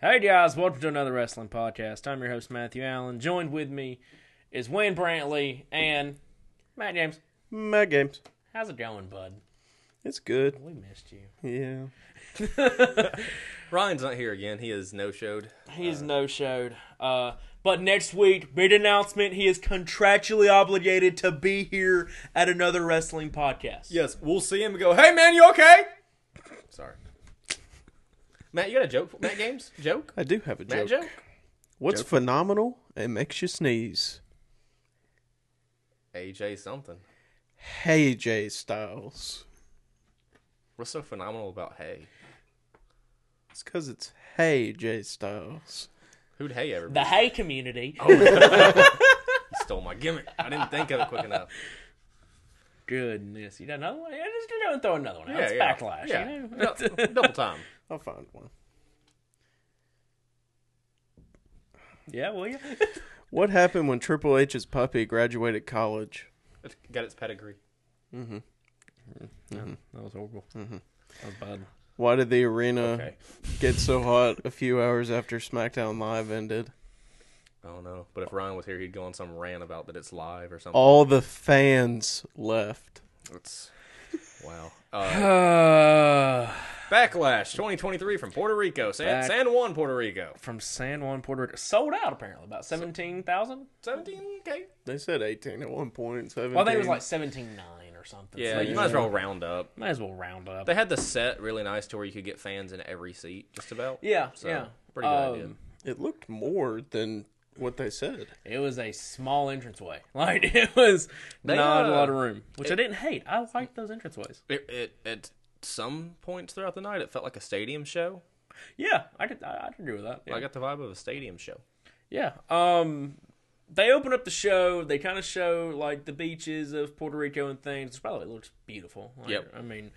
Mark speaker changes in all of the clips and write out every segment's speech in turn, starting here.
Speaker 1: Hey guys, welcome to another wrestling podcast. I'm your host Matthew Allen. Joined with me is Wayne Brantley and Matt James.
Speaker 2: Mad games.
Speaker 1: How's it going, bud?
Speaker 2: It's good.
Speaker 1: We missed you.
Speaker 2: Yeah.
Speaker 3: Ryan's not here again. He is no showed.
Speaker 1: He's no showed. Uh, but next week, big announcement: he is contractually obligated to be here at another wrestling podcast.
Speaker 3: Yes, we'll see him and go, hey man, you okay? Sorry. Matt, you got a joke? for- Matt Games? Joke?
Speaker 2: I do have a
Speaker 3: Matt
Speaker 2: joke.
Speaker 3: joke?
Speaker 2: What's phenomenal and makes you sneeze?
Speaker 3: AJ something.
Speaker 2: Hey, Jay Styles.
Speaker 3: What's so phenomenal about Hay?
Speaker 2: It's because it's Hey, Jay Styles.
Speaker 3: Who'd Hay ever be?
Speaker 1: The Hay community.
Speaker 3: Stole my gimmick. I didn't think of it quick enough.
Speaker 1: Goodness, you got another one. Yeah, just go and throw another one. out. it's backlash.
Speaker 3: Yeah.
Speaker 1: You know?
Speaker 3: Dou- Double time.
Speaker 2: I'll find one.
Speaker 1: yeah, will you?
Speaker 2: What happened when Triple H's puppy graduated college?
Speaker 3: It's got its pedigree.
Speaker 1: Mm, That was horrible. That was bad.
Speaker 2: Why did the arena
Speaker 3: Okay.
Speaker 2: get so hot a few hours after SmackDown Live ended?
Speaker 3: I don't know. But if Ryan was here, he'd go on some rant about that it's live or something.
Speaker 2: All the fans left.
Speaker 3: It's, wow. Uh,
Speaker 1: Uh,
Speaker 3: Backlash 2023 from Puerto Rico. San,
Speaker 1: Back-
Speaker 3: San Juan, Puerto Rico.
Speaker 1: from San Juan, Puerto Rico, sold out apparently about seventeen thousand.
Speaker 3: 17K?
Speaker 2: They said 18 at one point. 17.
Speaker 1: Well, I think it was like seventeen nine or something.
Speaker 3: Yeah,
Speaker 1: So
Speaker 3: you might as well round up.
Speaker 1: might as well round up.
Speaker 3: They had the set really nice to where you could get fans in every seat, just about.
Speaker 1: yeah,
Speaker 3: So,
Speaker 1: yeah.
Speaker 3: Pretty good idea.
Speaker 1: Um,
Speaker 2: It looked more than what they said.
Speaker 1: It was a small entranceway. Like it was
Speaker 3: They,
Speaker 1: not a
Speaker 3: uh,
Speaker 1: lot of room, which I didn't hate. I liked those entranceways.
Speaker 3: It, it at some points throughout the night, it felt like a stadium show.
Speaker 1: Yeah, I could I, I could agree with that. Yeah.
Speaker 3: I got the vibe of a stadium show.
Speaker 1: Yeah. Um they open up the show, they kind of show like the beaches of Puerto Rico and things. It's probably it looks beautiful. Like,
Speaker 3: Yep.
Speaker 1: I mean,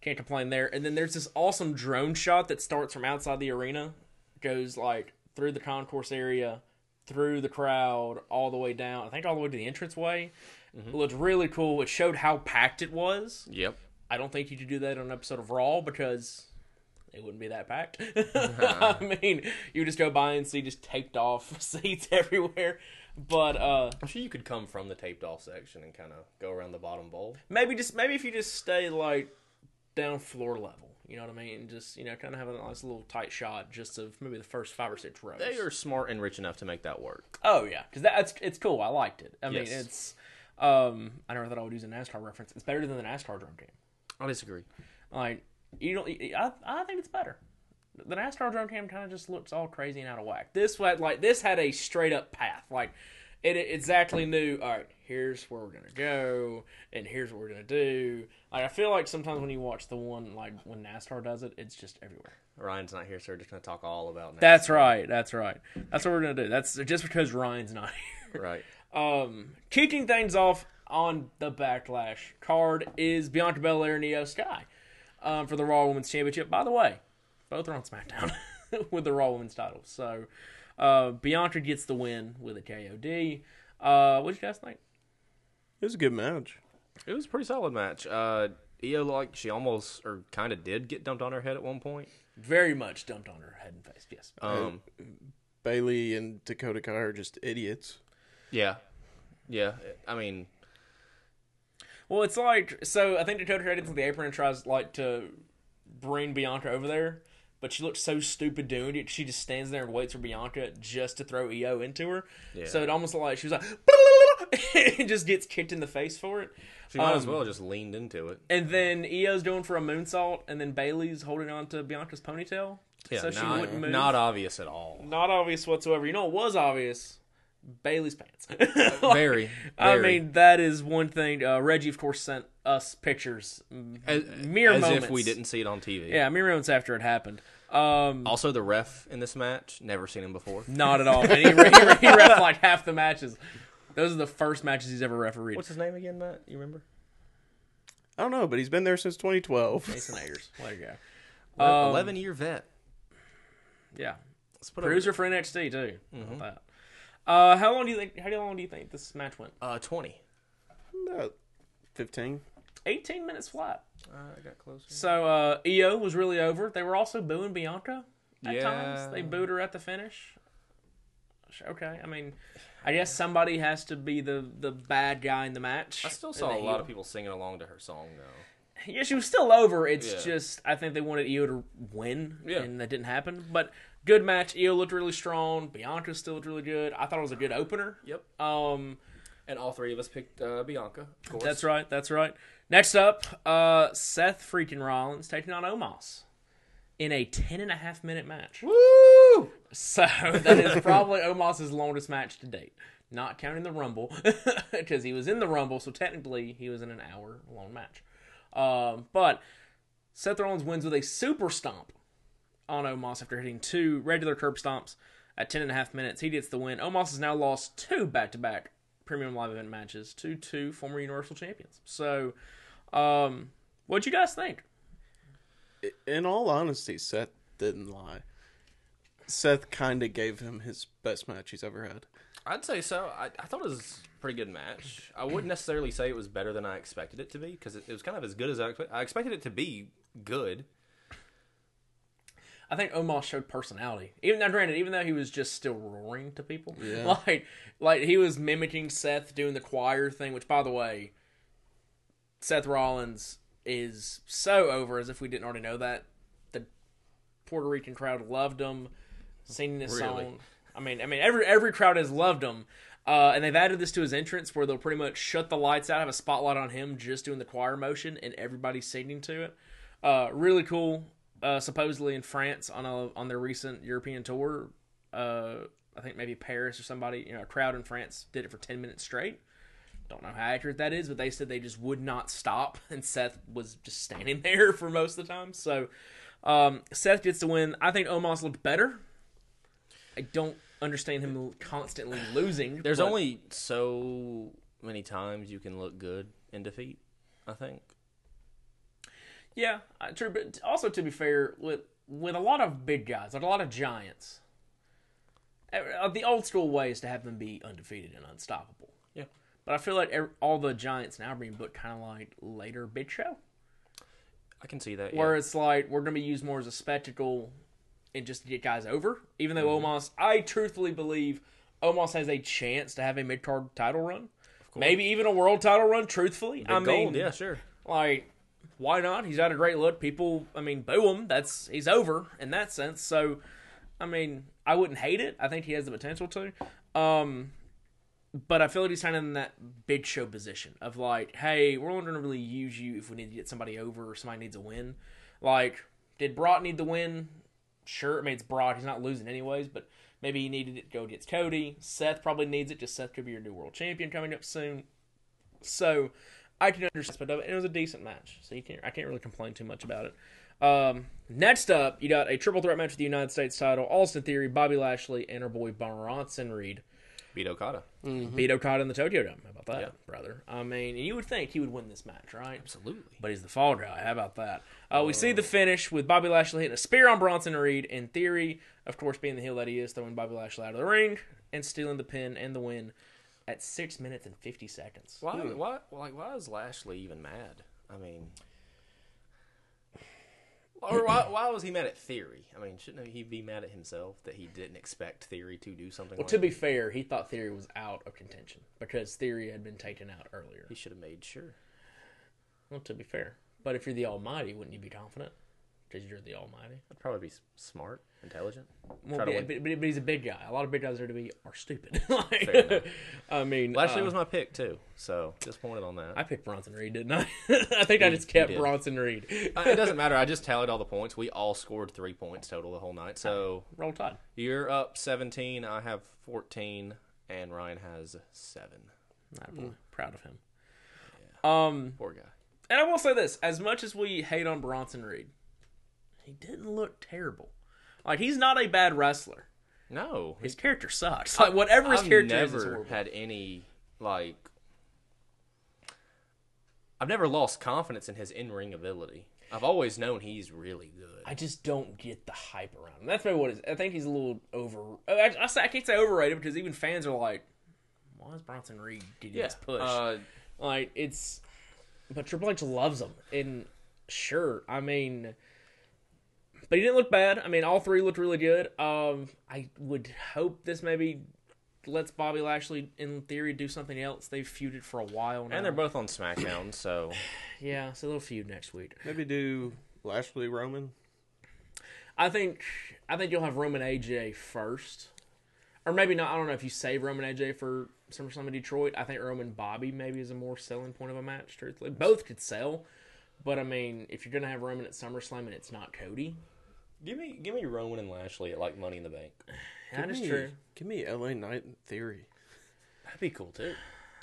Speaker 1: can't complain there. And then there's this awesome drone shot that starts from outside the arena, goes like through the concourse area, through the crowd, all the way down. I think all the way to the entranceway. It looked really cool. It showed how packed it was.
Speaker 3: Yep.
Speaker 1: I don't think you could do that on an episode of Raw because it wouldn't be that packed. I mean, you would just go by and see just taped off seats everywhere. But uh,
Speaker 3: I'm sure you could come from the taped off section and kind of go around the bottom bowl.
Speaker 1: maybe just maybe if you just stay like down floor level, you know what I mean? And just you know, kind of have a nice little tight shot just of maybe the first five or six rows.
Speaker 3: They are smart and rich enough to make that work.
Speaker 1: Oh yeah, because that's it's cool. I liked it. I mean,
Speaker 3: Yes.
Speaker 1: it's um, I never thought I would use a NASCAR reference. It's better than the NASCAR drum game.
Speaker 3: I disagree.
Speaker 1: Like you don't. I I think it's better. The NASCAR drum cam kind of just looks all crazy and out of whack. This had like this had a straight up path. Like it, it exactly knew. All right, here's where we're gonna go, and here's what we're gonna do. Like I feel like sometimes when you watch the one like when NASCAR does it, it's just everywhere.
Speaker 3: Ryan's not here, so we're just going to talk all about now.
Speaker 1: That's right. That's right. That's what we're gonna do. That's just because Ryan's not here.
Speaker 3: right.
Speaker 1: Um, kicking things off on the Backlash card is Bianca Belair and Io Sky um, for the Raw Women's Championship. By the way, both are on SmackDown with the Raw Women's title. So uh, Bianca gets the win with a KOD. Uh, what you guys think?
Speaker 2: It was a good match.
Speaker 3: It was a pretty solid match. Uh, Io, like, she almost or kind of did get dumped on her head at one point.
Speaker 1: Very much dumped on her head and face. Yes.
Speaker 3: Um,
Speaker 2: Bailey and Dakota Kai are just idiots.
Speaker 3: yeah. Yeah. I mean,
Speaker 1: Well, it's like so. I think Dakota Kai gets on the apron and tries like to bring Bianca over there, but she looks so stupid doing it. She just stands there and waits for Bianca just to throw EO into her. So it almost looked like she was like, and just gets kicked in the face for it.
Speaker 3: she might
Speaker 1: Um,
Speaker 3: as well just leaned into it.
Speaker 1: And then EO's doing for a moonsault, and then Bailey's holding on to Bianca's ponytail
Speaker 3: Yeah,
Speaker 1: so she
Speaker 3: not,
Speaker 1: wouldn't move.
Speaker 3: not obvious at all.
Speaker 1: Not obvious whatsoever. You know what was obvious? Bailey's pants.
Speaker 3: Very,
Speaker 1: I
Speaker 3: very.
Speaker 1: mean, that is one thing. Uh, Reggie, of course, sent us pictures.
Speaker 3: as,
Speaker 1: mere
Speaker 3: as
Speaker 1: moments.
Speaker 3: if we didn't see it on TV.
Speaker 1: Yeah, mere moments after it happened. Um,
Speaker 3: Also, the ref in this match, never seen him before.
Speaker 1: not at all. And he, he, he ref like half the matches. Those are the first matches he's ever refereed.
Speaker 3: What's his name again, Matt? You remember?
Speaker 2: I don't know, but he's been there since 2012.
Speaker 1: Mason Ayers. There you go. Um,
Speaker 3: Eleven year vet.
Speaker 1: yeah,
Speaker 3: Let's put
Speaker 1: producer for NXT too.
Speaker 3: Mm-hmm.
Speaker 1: How about that? Uh, how long do you think? How long do you think this match went?
Speaker 3: a, uh, twenty.
Speaker 2: About 15.
Speaker 1: Eighteen minutes flat. E
Speaker 3: Uh, I got closer.
Speaker 1: So uh, EO was really over. They were also booing Bianca. at times. They
Speaker 3: Yeah.
Speaker 1: booed her at the finish. Sh- Okay, I mean, I guess somebody has to be the the bad guy in the match.
Speaker 3: I still
Speaker 1: and
Speaker 3: saw
Speaker 1: the
Speaker 3: a lot
Speaker 1: heel.
Speaker 3: of people singing along to her song though.
Speaker 1: Yeah, she was still over. It's
Speaker 3: Yeah.
Speaker 1: just I think they wanted Io to win,
Speaker 3: Yeah.
Speaker 1: and that didn't happen. But good match. Io looked really strong. Bianca still looked really good. I thought it was a good opener.
Speaker 3: Yep.
Speaker 1: Um,
Speaker 3: And all three of us picked uh, Bianca. Of course.
Speaker 1: that's right. That's right. Next up, uh, Seth freaking Rollins taking on Omos in a ten and a half minute match.
Speaker 3: Woo!
Speaker 1: So that is probably Omos's longest match to date, not counting the Rumble, because he was in the Rumble, so technically he was in an hour long match. Um, but Seth Rollins wins with a super stomp on Omos after hitting two regular curb stomps at 10 and a half minutes. He gets the win. Omos has now lost two back to back premium live event matches to two former Universal Champions. So, um, what'd you guys think?
Speaker 2: In all honesty, Seth didn't lie. Seth kind of gave him his best match he's ever had.
Speaker 3: I'd say so. I, I thought it was a pretty good match. I wouldn't necessarily say it was better than I expected it to be because it, it was kind of as good as I expected. I expected it to be good.
Speaker 1: I think Omos showed personality. Even now, granted, even though he was just still roaring to people,
Speaker 2: Yeah.
Speaker 1: like like he was mimicking Seth doing the choir thing. Which, by the way, Seth Rollins is so over. As if we didn't already know that, the Puerto Rican crowd loved him singing this
Speaker 3: Really?
Speaker 1: song. I mean, I mean, every every crowd has loved him. Uh, and they've added this to his entrance where they'll pretty much shut the lights out, have a spotlight on him just doing the choir motion, and everybody's singing to it. Uh, really cool. Uh, supposedly in France on a, on their recent European tour, uh, I think maybe Paris or somebody, you know, a crowd in France did it for ten minutes straight. Don't know how accurate that is, but they said they just would not stop, and Seth was just standing there for most of the time. So um, Seth gets the win. I think Omos looked better. I don't understand him constantly losing.
Speaker 3: There's
Speaker 1: but-
Speaker 3: only so many times you can look good in defeat. I think.
Speaker 1: yeah, uh, true. But also to be fair, with with a lot of big guys, like a lot of giants, uh, uh, the old school way is to have them be undefeated and unstoppable.
Speaker 3: Yeah.
Speaker 1: But I feel like ev- all the giants now are being booked kind of like later Big Show,
Speaker 3: I can see that.
Speaker 1: where
Speaker 3: yeah.
Speaker 1: it's like we're gonna be used more as a spectacle and just to get guys over. Even though
Speaker 3: Mm-hmm.
Speaker 1: Omos, I truthfully believe Omos has a chance to have a mid card title run, maybe even a world title run. Truthfully, I
Speaker 3: Gold,
Speaker 1: mean,
Speaker 3: yeah, sure.
Speaker 1: like why not he's had a great look people i mean boo him that's he's over in that sense so i mean i wouldn't hate it i think he has the potential to um but i feel like he's kind of in that big show position of like hey we're only going to really use you if we need to get somebody over or somebody needs a win like did brock need the win sure i mean it's brock he's not losing anyways but maybe he needed it to go against cody seth probably needs it just seth could be your new world champion coming up soon so I can understand, but it was a decent match, so you can't. I can't really complain too much about it. Um, next up, you got a triple threat match for the United States title: Austin Theory, Bobby Lashley, and our boy Bronson Reed
Speaker 3: Beat Okada.
Speaker 1: beat Okada in the Tokyo Dome. How about that, brother? I mean, and you would think he would win this match, right?
Speaker 3: Absolutely.
Speaker 1: But he's the fall guy. How about that? Uh, we see the finish with Bobby Lashley hitting a spear on Bronson Reed, and Theory, of course, being the heel that he is, throwing Bobby Lashley out of the ring and stealing the pin and the win at six minutes and fifty seconds.
Speaker 3: Why? Why? Like, why is Lashley even mad? I mean, or why? Why was he mad at Theory? I mean, shouldn't he be mad at himself that he didn't expect Theory to do something?
Speaker 1: Well,
Speaker 3: like
Speaker 1: to
Speaker 3: that?
Speaker 1: be fair, he thought Theory was out of contention because Theory had been taken out earlier.
Speaker 3: he should have made sure.
Speaker 1: Well, to be fair, but if you're the Almighty, wouldn't you be confident? Because you're the Almighty.
Speaker 3: That'd probably be s- smart, intelligent.
Speaker 1: Well,
Speaker 3: Try to
Speaker 1: but,
Speaker 3: win.
Speaker 1: but, but he's a big guy. A lot of big guys are to be are stupid. Like,
Speaker 3: Fair enough.
Speaker 1: I mean,
Speaker 3: Lashley
Speaker 1: uh,
Speaker 3: was my pick too, so disappointed on that.
Speaker 1: I picked Bronson Reed, didn't I? I think I
Speaker 3: You-
Speaker 1: just kept
Speaker 3: you did.
Speaker 1: Bronson Reed.
Speaker 3: Uh, it doesn't matter. I just tallied all the points. We all scored three points total the whole night. So
Speaker 1: Roll Tide.
Speaker 3: you're up 17. I have 14, and Ryan has seven.
Speaker 1: Not really Mm, proud of him. Um,
Speaker 3: Poor guy.
Speaker 1: and I will say this: as much as we hate on Bronson Reed, he didn't look terrible. Like he's not a bad wrestler.
Speaker 3: No,
Speaker 1: His character sucks. Like whatever his
Speaker 3: I've
Speaker 1: character is, is
Speaker 3: never
Speaker 1: horrible.
Speaker 3: had any like. I've never lost confidence in his in-ring ability. I've always known he's really good.
Speaker 1: I just don't get the hype around him. That's maybe what it is. I think he's a little over. I, I, I can't say overrated because even fans are like, why is Bronson Reed getting this push?
Speaker 3: Uh,
Speaker 1: like it's, but Triple H loves him, and sure, I mean, But he didn't look bad. I mean, all three looked really good. Um, I would hope this maybe lets Bobby Lashley, in theory, do something else. They've feuded for a while now.
Speaker 3: And they're both on SmackDown, so
Speaker 1: yeah, so they'll feud next week.
Speaker 2: Maybe do Lashley Roman.
Speaker 1: I think I think you'll have Roman AJ first, or maybe not. I don't know if you save Roman AJ for SummerSlam in Detroit. I think Roman Bobby maybe is a more selling point of a match. Truthfully, both could sell, but I mean, if you're gonna have Roman at SummerSlam and it's not Cody,
Speaker 3: give me give me Rowan and Lashley at like Money in the Bank.
Speaker 1: that is
Speaker 2: me,
Speaker 1: true.
Speaker 2: Give me LA Knight in theory.
Speaker 3: That'd be cool too.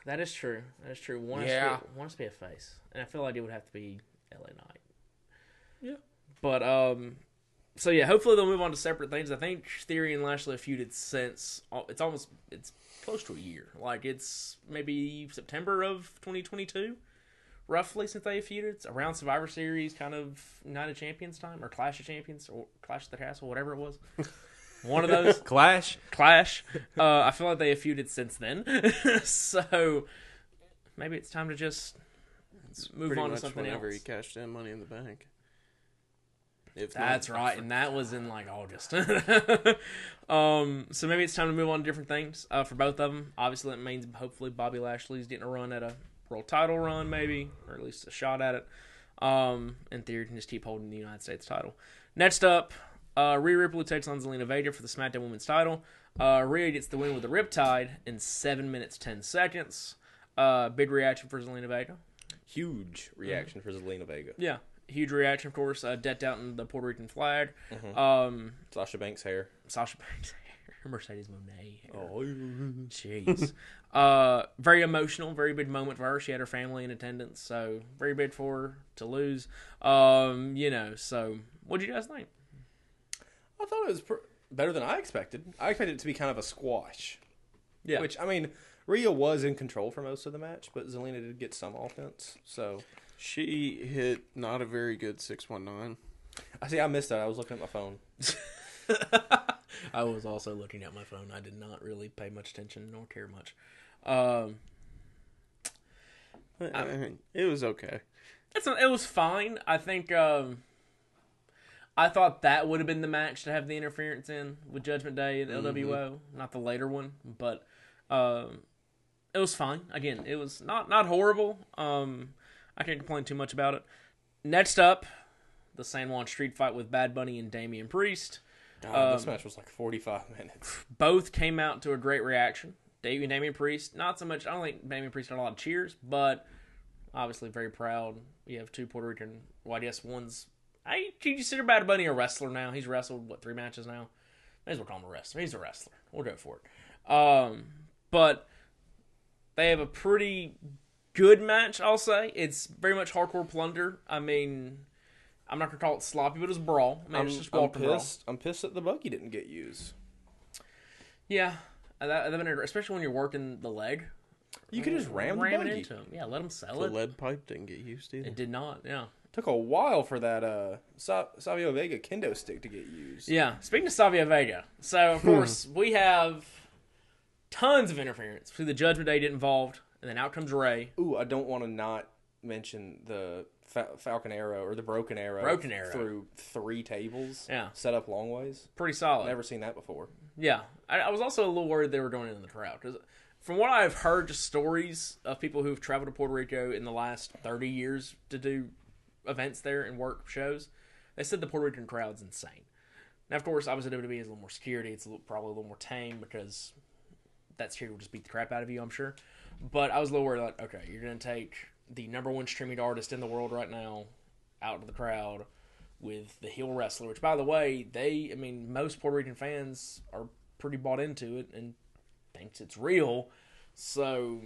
Speaker 1: That is true. That is true. One yeah.
Speaker 3: Yeah.
Speaker 1: to be, one has to be a face, and I feel like it would have to be LA Knight.
Speaker 3: Yeah.
Speaker 1: But um, so yeah, hopefully they'll move on to separate things. I think Theory and Lashley have feuded since al- it's almost it's close to a year. Like it's maybe September of 2022, roughly since they feuded. It's around Survivor Series, kind of Night of Champions time or Clash of Champions or Clash of the Castle, whatever it was. One of those
Speaker 3: Clash.
Speaker 1: clash. Uh, I feel like they have feuded since then, so maybe it's time to just move
Speaker 2: Pretty
Speaker 1: on to
Speaker 2: much
Speaker 1: something
Speaker 2: whenever
Speaker 1: else.
Speaker 2: he cashed in Money in the Bank. If not-
Speaker 1: That's right, and that was in like August. um, so maybe it's time to move on to different things uh, for both of them. Obviously, that means hopefully Bobby Lashley's getting a run at a world title run, maybe, or at least a shot at it. Um, in theory, can just keep holding the United States title. Next up, uh, Rhea Ripley takes on Zelina Vega for the SmackDown Women's title. Uh, Rhea gets the win with a Riptide in seven minutes ten seconds. Uh, big reaction for Zelina Vega.
Speaker 3: Huge reaction for Zelina Vega.
Speaker 1: Yeah, huge reaction, of course. Uh, decked out in the Puerto Rican flag. Um,
Speaker 3: Sasha Banks hair.
Speaker 1: Sasha Banks hair, Mercedes Monet hair.
Speaker 3: Oh,
Speaker 1: Jeez. uh, very emotional, very big moment for her. She had her family in attendance, so very big for her to lose. Um, you know, so what do you guys think?
Speaker 3: I thought it was pr- better than I expected. I expected it to be kind of a squash.
Speaker 1: Yeah.
Speaker 3: Which I mean, Rhea was in control for most of the match, but Zelina did get some offense. So
Speaker 2: she hit not a very good six one nine.
Speaker 3: I see. I missed that. I was looking at my phone.
Speaker 1: I was also looking at my phone. I did not really pay much attention nor care much. Um,
Speaker 2: It was okay.
Speaker 1: It's not, it was fine. I think um, I thought that would have been the match to have the interference in with Judgment Day and LWO, not the later one, but um, it was fine. Again, it was not not horrible. Um, I can't complain too much about it. Next up, the San Juan Street fight with Bad Bunny and Damian Priest.
Speaker 3: God, this match was like forty-five minutes.
Speaker 1: Both came out to a great reaction. Dave and Damian Priest, not so much. I don't think Damian Priest got a lot of cheers, but obviously very proud. We have two Puerto Rican. Well, I guess one's. I you consider Bad Bunny a wrestler now. He's wrestled what three matches now. May as well call him a wrestler. He's a wrestler. We'll go for it. Um, but they have a pretty good match. I'll say it's very much hardcore plunder. I mean, I'm not gonna call it sloppy, but it was a brawl. I mean,
Speaker 3: I'm,
Speaker 1: it's just
Speaker 3: I'm
Speaker 1: walked brawl.
Speaker 3: pissed. I'm pissed that the buggy didn't get used.
Speaker 1: Yeah, that, that been a- especially when you're working the leg.
Speaker 3: You could just ram,
Speaker 1: Ram
Speaker 3: the
Speaker 1: it
Speaker 3: buggy.
Speaker 1: into him. Yeah, let him sell
Speaker 2: The
Speaker 1: it.
Speaker 2: lead pipe didn't get used either.
Speaker 1: It did not. Yeah.
Speaker 3: Took a while for that uh Sa- Savio Vega kendo stick to get used.
Speaker 1: Yeah. Speaking of Savio Vega, so
Speaker 3: Hmm.
Speaker 1: of course we have tons of interference. See, the Judgment Day get involved, and then out comes Ray.
Speaker 3: Ooh, I don't want to not mention the fa- Falcon Arrow or the Broken Arrow.
Speaker 1: Broken Arrow.
Speaker 3: through three tables.
Speaker 1: Yeah.
Speaker 3: set up long ways.
Speaker 1: Pretty solid.
Speaker 3: Never seen that before.
Speaker 1: Yeah, I, I was also a little worried they were doing it in the crowd because, from what I've heard, just stories of people who've traveled to Puerto Rico in the last thirty years to do events there and work shows, they said the Puerto Rican crowd's insane. Now, of course, obviously WWE is a little more security; it's a little, probably a little more tame because that security will just beat the crap out of you, I'm sure. But I was a little worried, like, okay, you're gonna take the number one streaming artist in the world right now out to the crowd with the heel wrestler, which by the way, they I mean most Puerto Rican fans are pretty bought into it and thinks it's real. So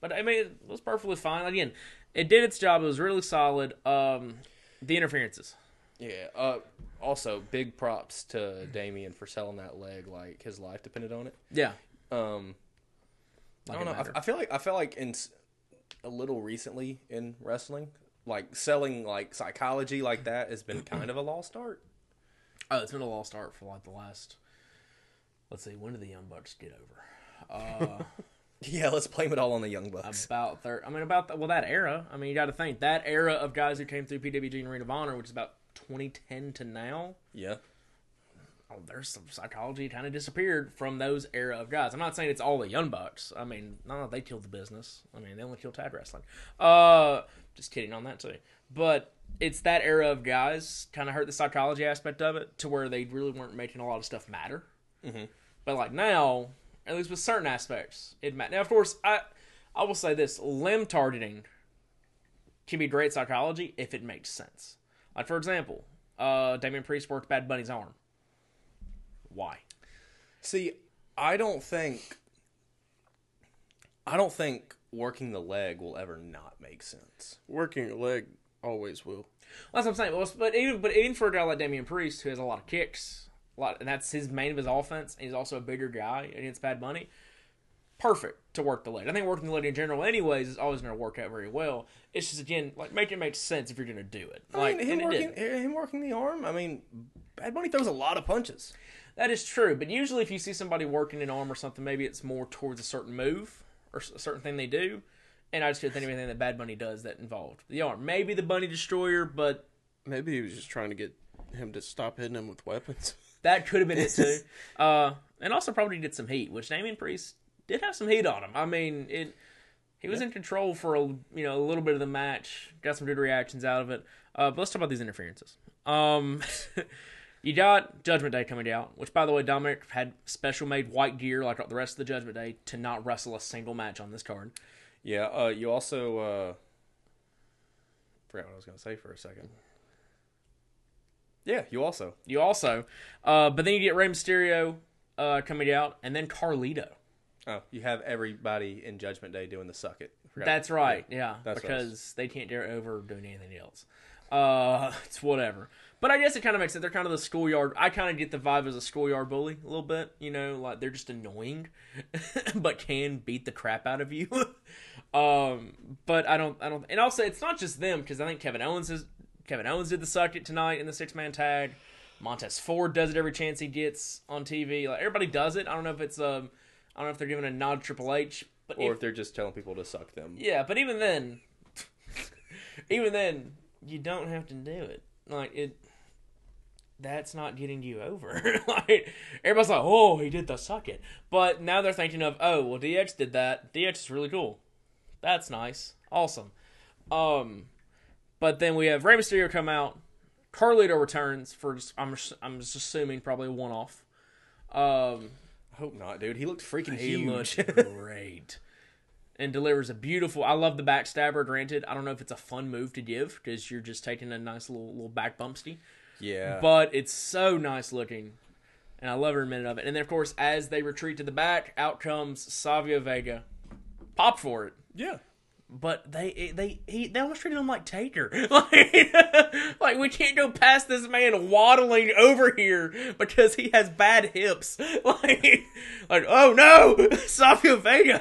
Speaker 1: but I mean it was perfectly fine. Again, it did its job, it was really solid. Um the interferences.
Speaker 3: Yeah. Uh, also, big props to Damien for selling that leg like his life depended on it.
Speaker 1: Yeah.
Speaker 3: Um, I
Speaker 1: it
Speaker 3: don't know.
Speaker 1: mattered.
Speaker 3: I, I feel like I feel like in s- a little recently in wrestling, like selling like psychology like that has been kind of a lost art.
Speaker 1: Oh, it's been a lost art for like the last let's see, when did the Young Bucks get over? Uh
Speaker 3: Yeah, let's blame it all on the young bucks.
Speaker 1: about thir I mean, about th well, that era. I mean, you got to think that era of guys who came through PWG and Ring of Honor, which is about 2010 to now,
Speaker 4: Yeah.
Speaker 1: oh, there's some psychology kind of disappeared from those era of guys. I'm not saying it's all the Young Bucks. I mean, no, they killed the business. I mean, they only killed tag wrestling. Uh, just kidding on that too. But it's that era of guys kind of hurt the psychology aspect of it to where they really weren't making a lot of stuff matter. But like now, at least with certain aspects, it matters. Now, of course, I I will say this: limb targeting can be great psychology if it makes sense. Like for example, uh, Damian Priest worked Bad Bunny's arm. Why?
Speaker 4: See, I don't think I don't think working the leg will ever not make sense.
Speaker 2: Working your leg always will.
Speaker 1: That's what I'm saying. But, but even but even for a guy like Damian Priest, who has a lot of kicks, a lot, and that's his main of his offense, and he's also a bigger guy against Bad Bunny. Perfect to work the leg. I think working the leg in general, anyways, is always going to work out very well. It's just again like make it make sense if you're going to do it.
Speaker 4: I
Speaker 1: Like
Speaker 4: mean, him
Speaker 1: and it
Speaker 4: working,
Speaker 1: didn't.
Speaker 4: him working the arm. I mean, Bad Bunny throws a lot of punches.
Speaker 1: That is true, but usually if you see somebody working an arm or something, maybe it's more towards a certain move or s- a certain thing they do. And I just couldn't think of anything that Bad Bunny does that involved the arm. Maybe the Bunny Destroyer, but
Speaker 2: Maybe he was just trying to get him to stop hitting him with weapons.
Speaker 1: That could have been it too. Uh, and also probably did some heat, which Damien Priest did have some heat on him. I mean, it he was in control for a you know a little bit of the match, got some good reactions out of it. Uh, but let's talk about these interferences. Um, you got Judgment Day coming out, which by the way Dominic had special made white gear like the rest of the Judgment Day to not wrestle a single match on this card.
Speaker 4: Yeah. Uh, you also uh, forgot what I was going to say for a second. Yeah. You also.
Speaker 1: You also, uh, but then you get Rey Mysterio uh, coming out, and then Carlito.
Speaker 4: Oh, you have everybody in Judgment Day doing the suck it. Forgot.
Speaker 1: That's right. Yeah,
Speaker 4: that's what I was-
Speaker 1: because they can't get over doing anything else. Uh, it's whatever. But I guess it kind of makes sense. They're kind of the schoolyard. I kind of get the vibe as a schoolyard bully a little bit. You know, like they're just annoying, but can beat the crap out of you. um, but I don't. I don't. And also, it's not just them because I think Kevin Owens is Kevin Owens did the suck it tonight in the six man tag. Montez Ford does it every chance he gets on TV. Like everybody does it. I don't know if it's um, I don't know if they're giving a nod to Triple H, but
Speaker 4: Or
Speaker 1: if
Speaker 4: if they're just telling people to suck them.
Speaker 1: yeah, but even then, even then, you don't have to do it. Like it, that's not getting you over. like everybody's like, "Oh, he did the suck it," but now they're thinking of, "Oh, well, DX did that. DX is really cool. That's nice, awesome." Um, but then we have Rey Mysterio come out. Carlito returns for just, I'm just- I'm just assuming probably a one off. Um,
Speaker 4: I hope not, dude. He looked freaking
Speaker 1: he
Speaker 4: huge.
Speaker 1: looked great. And delivers a beautiful. I love the backstabber. Granted, I don't know if it's a fun move to give because you're just taking a nice little little back bumpsty,
Speaker 4: yeah.
Speaker 1: but it's so nice looking, and I love every minute of it. And then, of course, as they retreat to the back, out comes Savio Vega, pop for it.
Speaker 4: yeah.
Speaker 1: But they they he they almost treated him like Taker. Like, like we can't go past this man waddling over here because he has bad hips. Like like oh no, Savio Vega.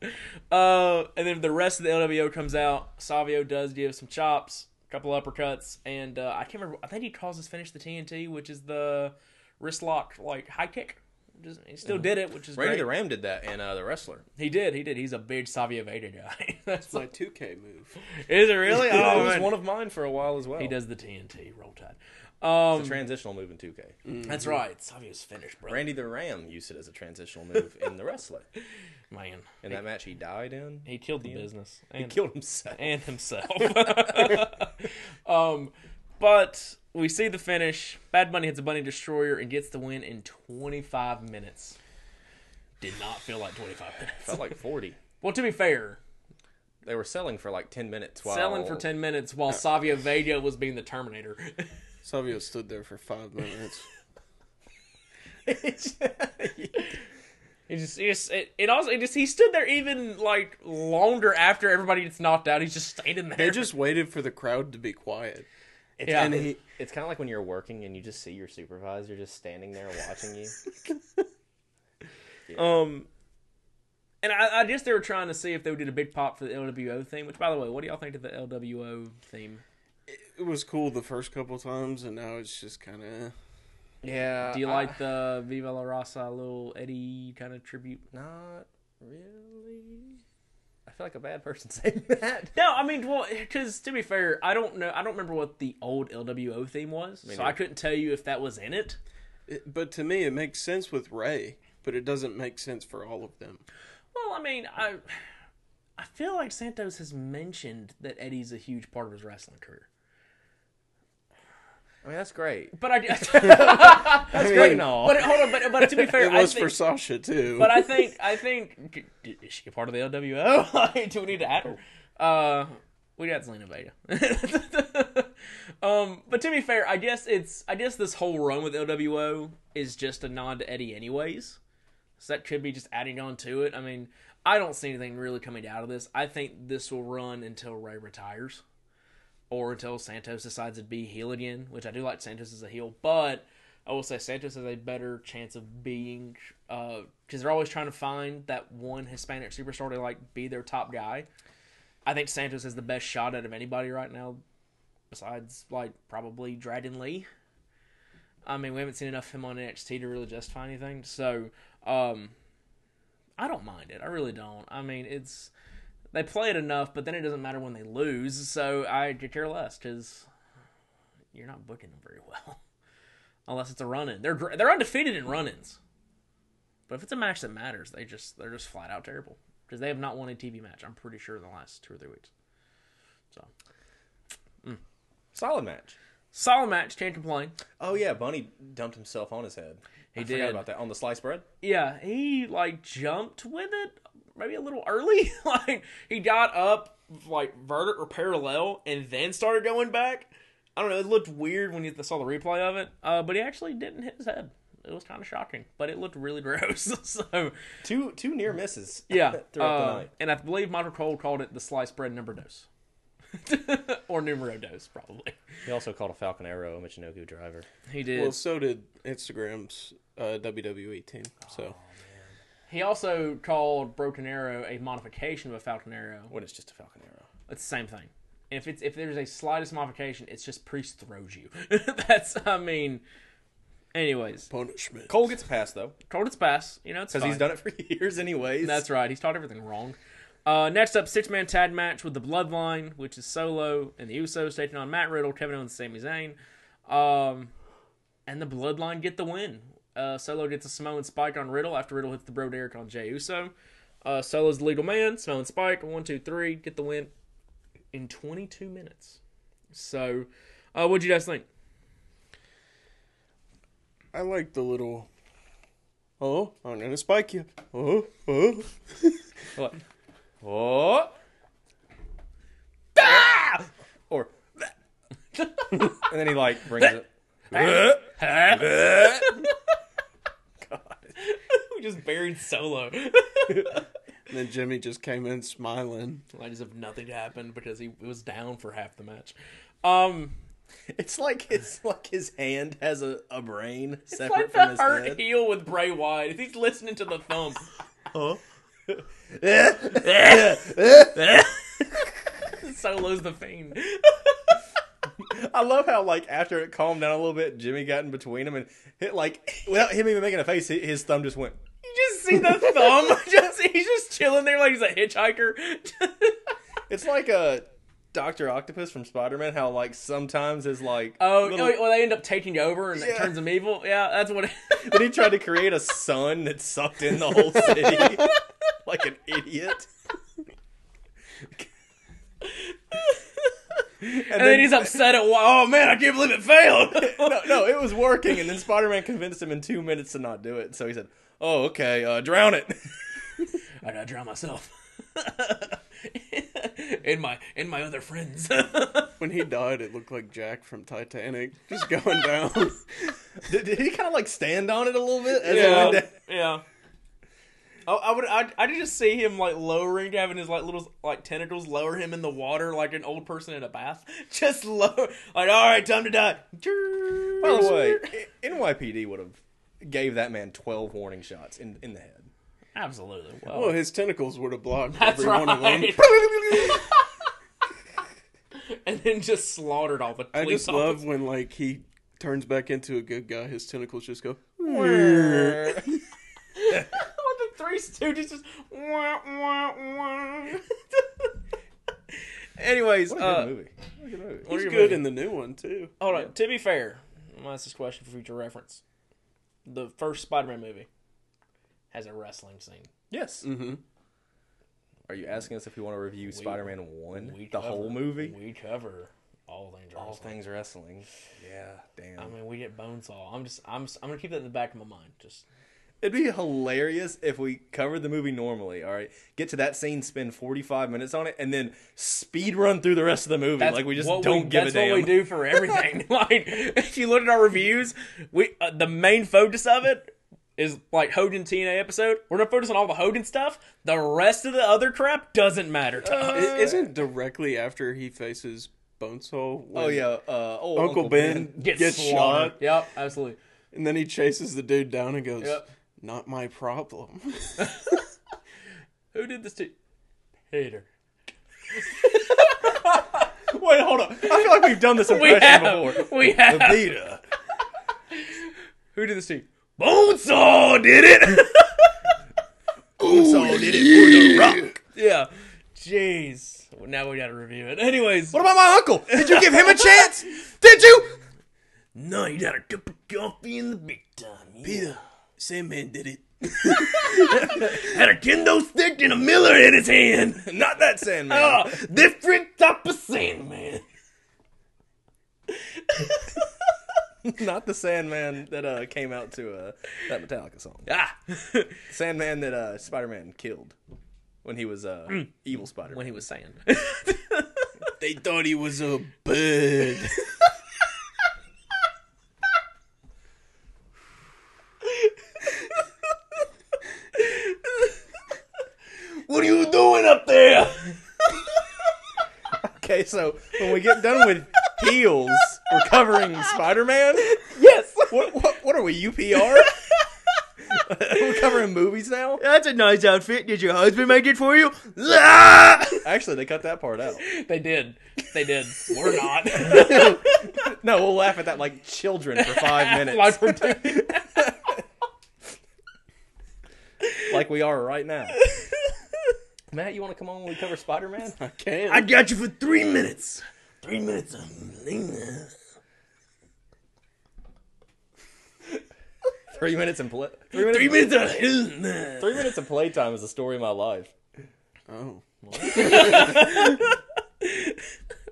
Speaker 1: Uh, and then the rest of the LWO comes out. Savio does give some chops, a couple uppercuts, and uh, I can't remember. I think he calls his finish the TNT, which is the wrist lock like high kick. Just, he still did it, which is
Speaker 4: Randy
Speaker 1: great.
Speaker 4: the Ram did that in uh, The Wrestler.
Speaker 1: He did, he did. He's a big Savio Vega guy. That's
Speaker 2: My 2K move.
Speaker 1: is it really?
Speaker 4: Yeah,
Speaker 1: Oh,
Speaker 4: it was
Speaker 1: man.
Speaker 4: one of mine for a while as well.
Speaker 1: he does the TNT roll tide. Um,
Speaker 3: Mm.
Speaker 4: transitional move in 2K.
Speaker 1: that's Mm-hmm. right. Savio's finished, bro.
Speaker 4: Randy the Ram used it as a transitional move in The Wrestler.
Speaker 1: Man,
Speaker 4: In that match, he died in.
Speaker 1: he killed the business.
Speaker 4: He
Speaker 1: And
Speaker 4: killed himself.
Speaker 1: and himself. um, but we see the finish. Bad Bunny hits a Bunny Destroyer and gets the win in 25 minutes. Did not feel like 25 minutes.
Speaker 4: Felt like 40.
Speaker 1: Well, to be fair,
Speaker 4: They were selling for like 10 minutes. While
Speaker 1: selling for 10 minutes while Savio Vega was being the Terminator.
Speaker 2: Savio stood there for five minutes.
Speaker 1: He just, he just it, it also, it just, he stood there even like longer after everybody gets knocked out. He's just standing there.
Speaker 2: They just waited for the crowd to be quiet.
Speaker 4: It's,
Speaker 1: Yeah.
Speaker 2: And he,
Speaker 4: it's kind of like when you're working and you just see your supervisor just standing there watching you.
Speaker 1: Um, and I, I guess they were trying to see if they would do a big pop for the LWO theme. Which, by the way, what do y'all think of the LWO theme?
Speaker 2: it was cool the first couple times, and now it's just kind of.
Speaker 4: Yeah.
Speaker 1: Do you like the Viva La Raza, little Eddie kind of tribute?
Speaker 4: Not really. I
Speaker 3: feel like a bad person saying that.
Speaker 1: No, I mean, well, because to be fair, I don't know. I don't remember what the old LWO theme was, so I
Speaker 3: neither.
Speaker 1: couldn't tell you if that was in it.
Speaker 2: It- but to me, it makes sense with Ray, but it doesn't make sense for all of them.
Speaker 1: Well, I mean, I I feel like Santos has mentioned that Eddie's a huge part of his wrestling career,
Speaker 3: I mean, that's great.
Speaker 1: but I.
Speaker 3: That's
Speaker 2: mean,
Speaker 3: great and all.
Speaker 1: but hold on, but, but to be fair,
Speaker 2: It was
Speaker 1: I think,
Speaker 2: for Sasha too.
Speaker 1: But I think I think is she a part of the LWO? Like, Do we need to add her? Uh, we got Zelina Vega. um, but to be fair, I guess it's I guess this whole run with LWO is just a nod to Eddie, anyways. So that could be just adding on to it. I mean, I don't see anything really coming out of this. I think this will run until Ray retires, or until Santos decides to be heel again. Which I do like Santos as a heel, but I will say Santos has a better chance of being because they're always trying to find that one Hispanic superstar to like be their top guy. I think Santos has the best shot out of anybody right now, besides like probably Dragon Lee. I mean, we haven't seen enough of him on NXT to really justify anything. So, um, I don't mind it. I really don't. I mean, it's they play it enough, but then it doesn't matter when they lose. So I could care less because you're not booking them very well unless it's a run in. They're gr- they're undefeated in run ins, but if it's a match that matters, they just they're just flat out terrible because they have not won a TV match. I'm pretty sure in the last two or three weeks.
Speaker 3: Solid match.
Speaker 1: Solid match, can't complain.
Speaker 3: Oh yeah, Bunny dumped himself on his head. He I
Speaker 1: did.
Speaker 3: forgot about that on the sliced bread.
Speaker 1: Yeah, he like jumped with it maybe a little early. like he got up like vertical or parallel and then started going back. I don't know. It looked weird when you saw the replay of it, uh, but he actually didn't hit his head. It was kind of shocking, but it looked really gross. so
Speaker 3: Two two near misses.
Speaker 1: Yeah.
Speaker 3: throughout
Speaker 1: uh,
Speaker 3: the night.
Speaker 1: And I believe Michael Cole called it the sliced bread number dose. or numero dose, probably.
Speaker 3: He also called a Falcon Arrow a Michinoku driver.
Speaker 1: He did.
Speaker 2: well, so did Instagram's uh, WWE team.
Speaker 1: Oh.
Speaker 2: So
Speaker 1: he also called Broken Arrow a modification of a Falcon Arrow.
Speaker 3: When it's just a Falcon Arrow.
Speaker 1: It's the same thing. If it's if there's a slightest modification, it's just priest throws you. That's I mean. Anyways,
Speaker 2: punishment.
Speaker 3: Cole gets a pass though
Speaker 1: Cold its pass. You know it's
Speaker 3: because
Speaker 1: fine.
Speaker 3: he's done it for years anyways.
Speaker 1: That's right. He's taught everything wrong. Uh, next up, six man tag match with the Bloodline, which is Solo and the Usos taking on Matt Riddle, Kevin Owens, and Sami Zayn. Um, and the Bloodline get the win. Uh, Solo gets a Samoan spike on Riddle after Riddle hits the bro Derek on Jey Uso. Uh, Solo's the legal man. Samoan spike. One, two, three. Get the win in 22 minutes. So, uh, what'd you guys think?
Speaker 2: I like the little. Oh, I'm gonna spike you. Oh, oh.
Speaker 3: What? Oh. Or. and then he like brings it.
Speaker 1: we just buried Solo.
Speaker 2: And then Jimmy just came in smiling.
Speaker 1: Like as if nothing happened because he was down for half the match. Um,
Speaker 3: It's like it's like his hand has a, a brain
Speaker 1: it's like
Speaker 3: separate from
Speaker 1: the
Speaker 3: his
Speaker 1: hurt
Speaker 3: head.
Speaker 1: heel with Bray Wyatt. If he's listening to the thump, Solo's the fiend.
Speaker 3: I love how like after it calmed down a little bit, Jimmy got in between him and hit like without him even making a face, hi- his thumb just went.
Speaker 1: You just see the thumb. Just he's just chilling there like he's a hitchhiker.
Speaker 3: It's like a Doctor Octopus from Spider Man. How like sometimes his like
Speaker 1: oh,
Speaker 3: little-
Speaker 1: well, they end up taking over and it
Speaker 3: Yeah.
Speaker 1: turns him evil. Yeah, that's what.
Speaker 3: Then he tried to create a sun that sucked in the whole city like an idiot. And,
Speaker 1: and then he's upset at why. Oh man, I can't believe it failed.
Speaker 3: no, no, it was working, and then Spider Man convinced him in two minutes to not do it. So he said, "Oh, okay, uh, drown it."
Speaker 1: I gotta drown myself. and my and my other friends.
Speaker 2: When he died, it looked like Jack from Titanic, just going down.
Speaker 3: did, did he kind of like stand on it a little bit? As it
Speaker 1: yeah,
Speaker 3: went down?
Speaker 1: yeah. I, I would, I, I could just see him like lowering, having his like little like tentacles lower him in the water like an old person in a bath, just lower, like all right, time to die.
Speaker 3: By the way, I- NYPD would have gave that man twelve warning shots in in the head.
Speaker 1: absolutely. Wow.
Speaker 2: Well, Oh, his tentacles would have blocked
Speaker 1: That's
Speaker 2: every one of them.
Speaker 1: right. and then just slaughtered all the.
Speaker 2: I
Speaker 1: police
Speaker 2: just love
Speaker 1: officers.
Speaker 2: when like he turns back into a good guy. His tentacles just go. "Hmm,
Speaker 1: I want the Three Stooges. Just, wah, wah, wah. Anyways,
Speaker 3: What a
Speaker 1: uh,
Speaker 3: good movie. What a good movie.
Speaker 1: What are
Speaker 2: He's
Speaker 1: your
Speaker 2: good
Speaker 1: movies?
Speaker 2: in the new one too.
Speaker 1: Hold on. To be fair, I'm gonna ask this question for future reference. The first Spider-Man movie has a wrestling scene.
Speaker 3: Yes.
Speaker 2: Mm-hmm.
Speaker 3: Are you asking us if we want to review Spider-Man One,
Speaker 1: We
Speaker 3: the
Speaker 1: cover-
Speaker 3: whole movie?
Speaker 1: We cover all things
Speaker 3: All
Speaker 1: wrestling.
Speaker 3: things wrestling. Yeah. Damn.
Speaker 1: I mean, we did Bonesaw. I'm just, I'm, I'm gonna keep that in the back of my mind. Just
Speaker 3: It'd be hilarious if we covered the movie normally, all right? Get to that scene, spend 45 minutes on it, and then speed run through the rest of the movie. like, we just
Speaker 1: what
Speaker 3: don't give
Speaker 1: that's
Speaker 3: a damn.
Speaker 1: what we do for everything. like, if you look at our reviews, we uh, the main focus of it is like Hogan TNA episode. We're gonna focus on all the Hogan stuff. The rest of the other crap doesn't matter. To
Speaker 3: Uh,
Speaker 1: us.
Speaker 2: is isn't directly after he faces Bonesaw.
Speaker 3: Oh, yeah. Uh, oh,
Speaker 2: Uncle, Ben,
Speaker 1: Get
Speaker 2: gets,
Speaker 1: slaughtered.
Speaker 2: shot,
Speaker 1: Yep, absolutely.
Speaker 2: and then he chases the dude down and goes,
Speaker 1: Yep.
Speaker 2: "Not my problem."
Speaker 1: Who did this to? Peter.
Speaker 3: Wait, hold on. I feel like we've done this
Speaker 1: We
Speaker 3: impression
Speaker 1: have.
Speaker 3: before.
Speaker 1: We have.
Speaker 3: Vita.
Speaker 1: Who did this to?
Speaker 3: Bonesaw did it.
Speaker 1: Oh,
Speaker 3: Bonesaw did it for the rock.
Speaker 1: Yeah. Jeez. Well, now we gotta review it. Anyways.
Speaker 3: What about my uncle? Did you give him a chance? Did you?
Speaker 1: No, you got a cup of coffee in the big time.
Speaker 2: Peter, Sandman did it.
Speaker 1: Had a kendo stick and a miller in his hand.
Speaker 3: Not that Sandman.
Speaker 1: Oh. different type of Sandman.
Speaker 3: Not the Sandman that uh, came out to uh, that Metallica song.
Speaker 1: Ah.
Speaker 3: Sandman that uh, Spider-Man killed when he was uh, evil Spider.
Speaker 1: Mm. when he was saying.
Speaker 2: They thought he was a bird.
Speaker 1: what are you doing up there?
Speaker 3: Okay, so when we get done with heels, we're covering Spider-Man.
Speaker 1: Yes.
Speaker 3: What what, what are we UPR? we're covering movies now.
Speaker 1: That's a nice outfit. Did your husband make it for you?
Speaker 3: Actually, they cut that part out.
Speaker 1: They did. They did. We're not.
Speaker 3: No, we'll laugh at that like children for five minutes,
Speaker 1: like
Speaker 3: like,
Speaker 1: we're doing.
Speaker 3: we are right now. Matt, you want to come on when we cover Spider-Man?
Speaker 2: I can't.
Speaker 1: got you for three minutes. Three minutes. of-
Speaker 3: Three minutes and play. Three minutes.
Speaker 1: Three minutes. of-
Speaker 3: Three minutes of playtime is the story of my life.
Speaker 2: oh,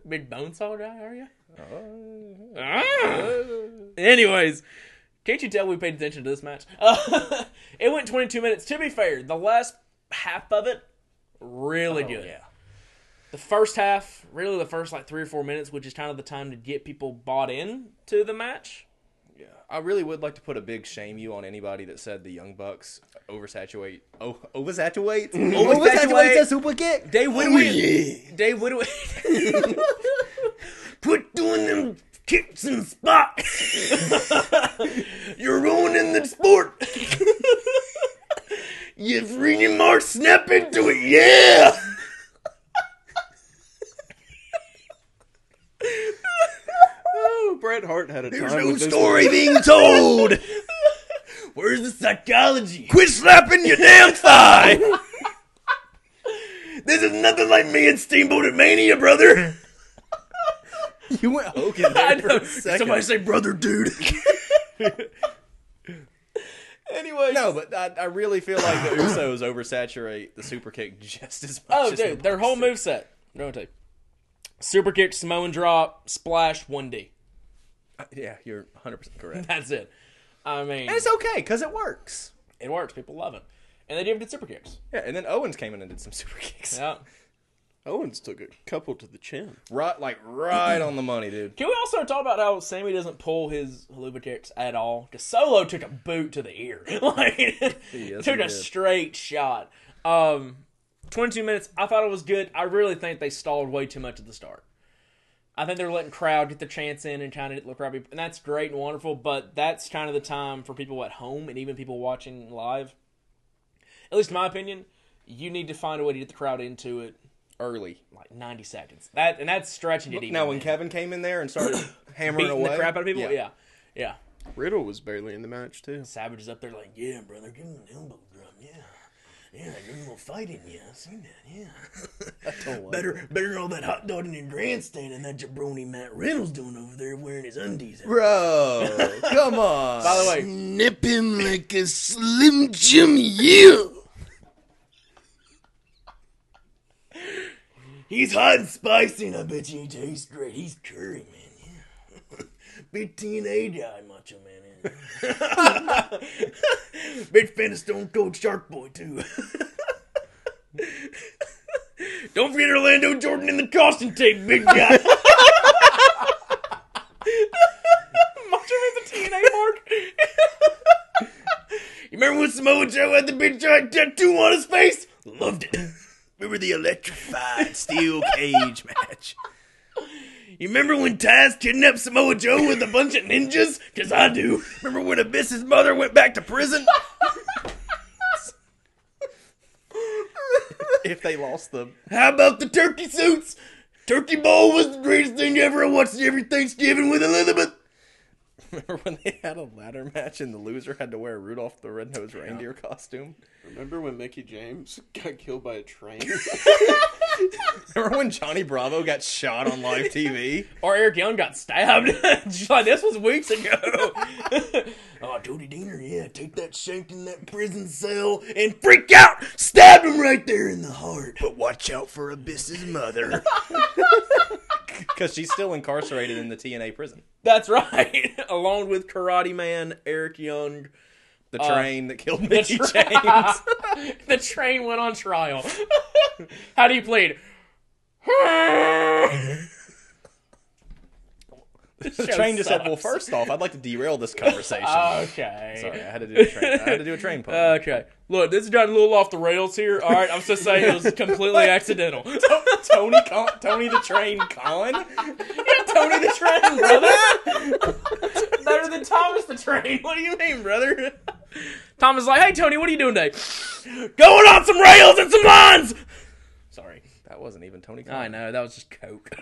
Speaker 1: Big bone saw guy, are you?
Speaker 3: Uh,
Speaker 1: Anyways, can't you tell we paid attention to this match? Uh, it went 22 minutes. To be fair, the last half of it really good.
Speaker 3: Oh, yeah.
Speaker 1: The first half, really the first like three or four minutes, which is kind of the time to get people bought in to the match.
Speaker 3: Yeah, I really would like to put a big shame you on anybody that said the Young Bucks oversaturate, oh, oversaturate,
Speaker 1: Oversaturate the
Speaker 3: super kick. Oh,
Speaker 1: They would win.
Speaker 2: yeah.
Speaker 1: They would win. Quit doing them kicks and spots. You're ruining the sport.
Speaker 2: You're freaking Mark. Snap into it, yeah. oh, Bret Hart had a time with this one.
Speaker 3: being told.
Speaker 1: Where's the psychology?
Speaker 3: Quit slapping your damn thigh.
Speaker 2: This is nothing like me and Steamboat at Mania, brother.
Speaker 3: You went Hogan there for a second.
Speaker 1: Somebody say
Speaker 2: brother, dude.
Speaker 1: anyway.
Speaker 3: no, but I, I really feel like the Usos oversaturate the super kick just as much.
Speaker 1: Oh, dude,
Speaker 3: as the
Speaker 1: their
Speaker 3: Bucks
Speaker 1: whole
Speaker 3: do.
Speaker 1: move set. No tape. Super kick, Samoan drop, splash, one D.
Speaker 3: Yeah, you're 100 percent correct.
Speaker 1: That's it. I mean,
Speaker 3: And it's okay because it works.
Speaker 1: it works. People love it, and they do did super kicks.
Speaker 3: Yeah, and then Owens came in and did some super kicks.
Speaker 1: Yeah.
Speaker 2: Owens took a couple to the chin.
Speaker 3: Right, like right on the money, dude.
Speaker 1: Can we also talk about how Sammy doesn't pull his haluva kicks at all? Because Solo took a boot to the ear, like
Speaker 3: he
Speaker 1: took a
Speaker 3: did.
Speaker 1: straight shot. Um, twenty-two minutes. I thought it was good. I really think they stalled way too much at the start. I think they're letting crowd get the chance in and kind of look right, and that's great and wonderful. But that's kind of the time for people at home and even people watching live. At least in my opinion, you need to find a way to get the crowd into it
Speaker 3: Early.
Speaker 1: like ninety seconds. That and that's stretching it even.
Speaker 3: Now, when
Speaker 1: man.
Speaker 3: Kevin came in there and started hammering
Speaker 1: beating
Speaker 3: away,
Speaker 1: the crap out of people, yeah, yeah.
Speaker 2: Riddle was barely in the match too.
Speaker 1: Savage is up there like, yeah, brother, give him an elbow drum, yeah.
Speaker 2: Yeah, that good little fight in you. I seen that. Yeah.
Speaker 5: Don't worry.
Speaker 2: Better, better all that hot dog in your grandstand and that jabroni Matt Reynolds doing over there wearing his undies.
Speaker 3: Bro, come on.
Speaker 1: By the way,
Speaker 5: Nip him like a Slim Jim, you.
Speaker 2: He's hot and spicy, and I bet you he tastes great. He's curry, man. Yeah. Big TNA guy, Macho Man. is. Big fan of Stone Cold Shark Boy, too. Don't forget Orlando Jordan in the caution tape, big guy.
Speaker 1: Macho Man's a TNA mark.
Speaker 2: You remember when Samoa Joe had the big giant tattoo on his face? Loved it. Remember the electrified steel cage match? You remember when Taz kidnapped Samoa Joe with a bunch of ninjas? Because I do. Remember when Abyss's mother went back to prison?
Speaker 5: If they lost them,
Speaker 2: How about the turkey suits? Turkey Bowl was the greatest thing ever. I watched it every Thanksgiving with Elizabeth.
Speaker 3: Remember when they had a ladder match and the loser had to wear a Rudolph the Red-Nosed Reindeer costume?
Speaker 5: remember when Mickey James got killed by a train?
Speaker 3: Remember when Johnny Bravo got shot on live TV?
Speaker 1: Or Eric Young got stabbed. Just like, this was weeks ago.
Speaker 2: Oh, Jody Diener, yeah, take that shank in that prison cell and freak out! Stabbed him right there in the heart. But watch out for Abyss's mother.
Speaker 3: Because she's still incarcerated in the TNA prison.
Speaker 1: That's right. Along with Karate Man, Eric Young.
Speaker 3: The train that killed
Speaker 1: Uh, The,
Speaker 3: Mickey James.
Speaker 1: train, the train went on trial. How do you plead?
Speaker 3: The train just said, well, first off, I'd like to derail this conversation.
Speaker 1: Uh, Okay.
Speaker 3: Sorry, I had to do a train. I had to do a train pun.
Speaker 1: Okay. Look, this has gotten a little off the rails here. All right, I'm just saying it was completely accidental.
Speaker 3: Tony, Con- Tony the Train Con.
Speaker 1: Tony the Train, brother. Better than Thomas the Train. What do you mean, brother? Thomas is like, hey, Tony, what are you doing today? Going on some rails and some lines. Sorry.
Speaker 3: That wasn't even Tony. Con.
Speaker 1: I know that was just coke.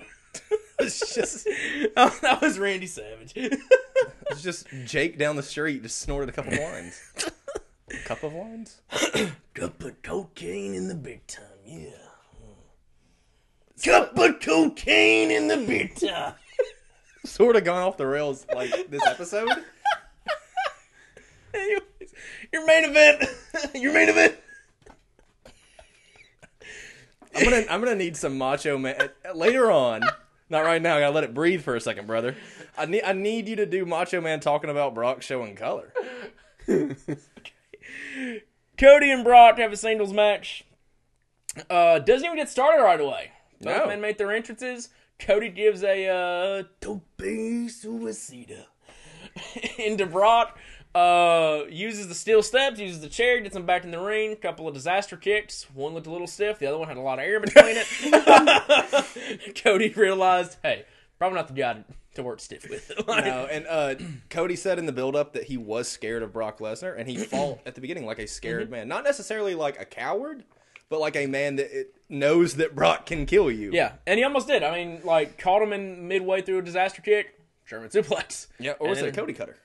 Speaker 3: It's just,
Speaker 1: oh, that was Randy Savage.
Speaker 3: it's just Jake down the street just snorted a couple lines. A cup of lines.
Speaker 2: Cup of cocaine in the big time, yeah.
Speaker 3: Hmm.
Speaker 2: Cup of cocaine in the big time.
Speaker 3: Sort of gone off the rails like this episode.
Speaker 1: Anyways,
Speaker 2: Your main event. Your main event.
Speaker 3: I'm gonna I'm gonna need some macho man later on. Not right now. I gotta let it breathe for a second, brother. I need I need you to do Macho Man talking about Brock showing color.
Speaker 1: Cody and Brock have a singles match. Uh, doesn't even get started right away. Both
Speaker 3: No.
Speaker 1: men make their entrances. Cody gives a uh,
Speaker 2: Tope suicida.
Speaker 1: into Brock. Uh, uses the steel steps, uses the chair, gets him back in the ring. Couple of disaster kicks. One looked a little stiff. The other one had a lot of air between it. Cody realized, hey, probably not the guy to work stiff with. Like,
Speaker 3: No, and uh, Cody said in the build up that he was scared of Brock Lesnar, and he fought at the beginning like a scared
Speaker 1: Mm-hmm.
Speaker 3: man, not necessarily like a coward, but like a man that it knows that Brock can kill you.
Speaker 1: Yeah, and he almost did. I mean, like caught him in midway through a disaster kick. German suplex.
Speaker 3: yeah. Or was
Speaker 1: And
Speaker 3: it a Cody cutter?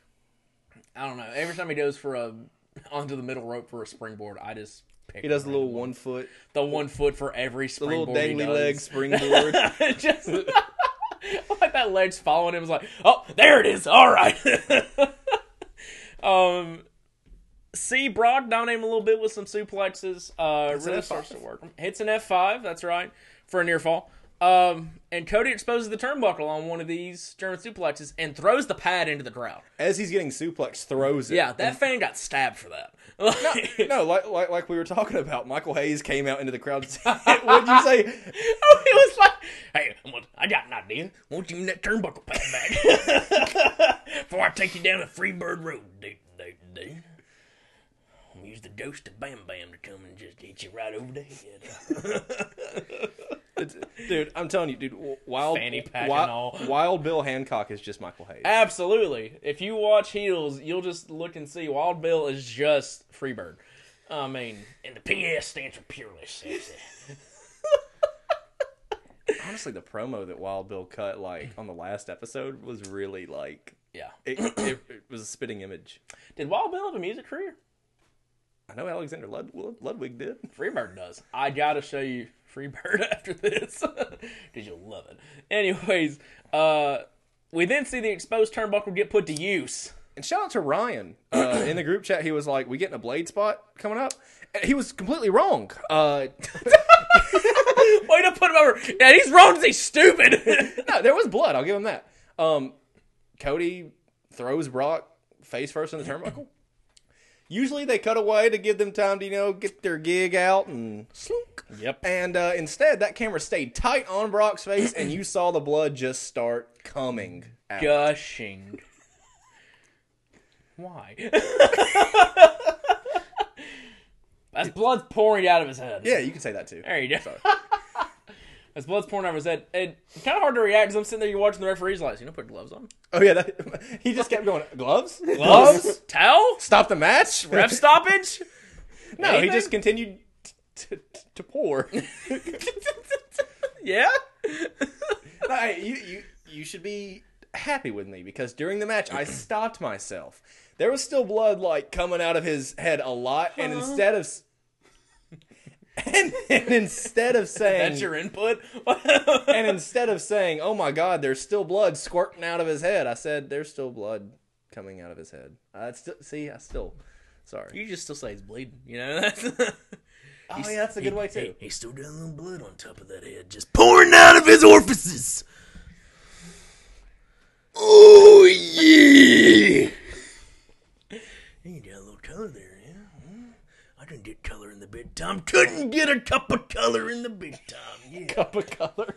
Speaker 1: I don't know. Every time he goes for a onto the middle rope for a springboard, I just pick
Speaker 3: He does the little one foot,
Speaker 1: the one foot for every
Speaker 3: the
Speaker 1: springboard.
Speaker 3: little dangly
Speaker 1: he
Speaker 3: leg
Speaker 1: does.
Speaker 3: springboard.
Speaker 1: Just like that leg's following him. It's like, oh, there it is. All right. um, see Brock dominate him a little bit with some suplexes. Uh, really starts to work. Hits an F five. That's right for a near fall. Um, and Cody exposes the turnbuckle on one of these German suplexes and throws the pad into the crowd.
Speaker 3: As he's getting suplex, throws it.
Speaker 1: Yeah, that fan got stabbed for that.
Speaker 3: No, like, like like we were talking about, Michael Hayes came out into the crowd. What'd you say?
Speaker 1: Oh, he was like, "Hey, I'm gonna, I got an idea. Won't you give me that turnbuckle pad back before I take you down to Freebird Road?"
Speaker 2: Dude, dude, dude. I'm gonna Use the ghost of Bam Bam to come and just hit you right over the head.
Speaker 3: It's- dude, I'm telling you, dude, w- wild
Speaker 1: Fanny pack
Speaker 3: wi-
Speaker 1: and all.
Speaker 3: Wild Bill Hancock is just Michael Hayes.
Speaker 1: Absolutely. If you watch Heels, you'll just look and see Wild Bill is just Freebird. I mean,
Speaker 2: And the PS stands for purely sexy.
Speaker 3: Honestly, the promo that Wild Bill cut like on the last episode was really like
Speaker 1: yeah.
Speaker 3: it, it, it was a spitting image.
Speaker 1: Did Wild Bill have a music career?
Speaker 3: I know Alexander Lud- Lud- Ludwig did.
Speaker 6: Freebird does. I gotta show you Freebird after this because you'll love it. Anyways, uh, we then see the exposed turnbuckle get put to use.
Speaker 3: And shout out to Ryan uh, in the group chat. He was like, "We getting a blade spot coming up?" And he was completely wrong. Uh,
Speaker 6: Way to put him over. Yeah, he's wrong 'cause he's stupid.
Speaker 3: no, there was blood. I'll give him that. Um, Cody throws Brock face first in the turnbuckle. Usually they cut away to give them time to you know get their gig out and slunk.
Speaker 6: Yep.
Speaker 3: And uh, instead, that camera stayed tight on Brock's face, and you saw the blood just start coming. out.
Speaker 6: Gushing. Why? That's blood's pouring out of his head.
Speaker 3: Yeah, you can say that too.
Speaker 6: There you go. As blood's pouring out of his head, and kind of hard to react because I'm sitting there, you're watching the referees, like, you don't put gloves on.
Speaker 3: Oh yeah, that, he just kept going. Gloves,
Speaker 6: Gloves? towel?
Speaker 3: Stop the match.
Speaker 6: Ref stoppage?
Speaker 3: No,
Speaker 6: Anything?
Speaker 3: he just continued t- t- to pour.
Speaker 6: yeah?
Speaker 3: No, hey, you, you, you should be happy with me because during the match I stopped myself. There was still blood like coming out of his head a lot, and instead of s- and, and instead of saying
Speaker 6: That's your input?
Speaker 3: and instead of saying, "Oh my God, there's still blood squirting out of his head," I said, "There's still blood coming out of his head." I still see. I still sorry.
Speaker 6: you just still say he's bleeding, you know? That's.
Speaker 3: Oh yeah, that's a good way too.
Speaker 6: He's still doing a little blood on top of that head. Just
Speaker 1: pouring out of his orifices. Oh yeah!
Speaker 6: you got a little color there, yeah.
Speaker 1: Hmm? I couldn't get color in the big time. Couldn't get a cup of color in the big time. Yeah.
Speaker 3: Cup of color.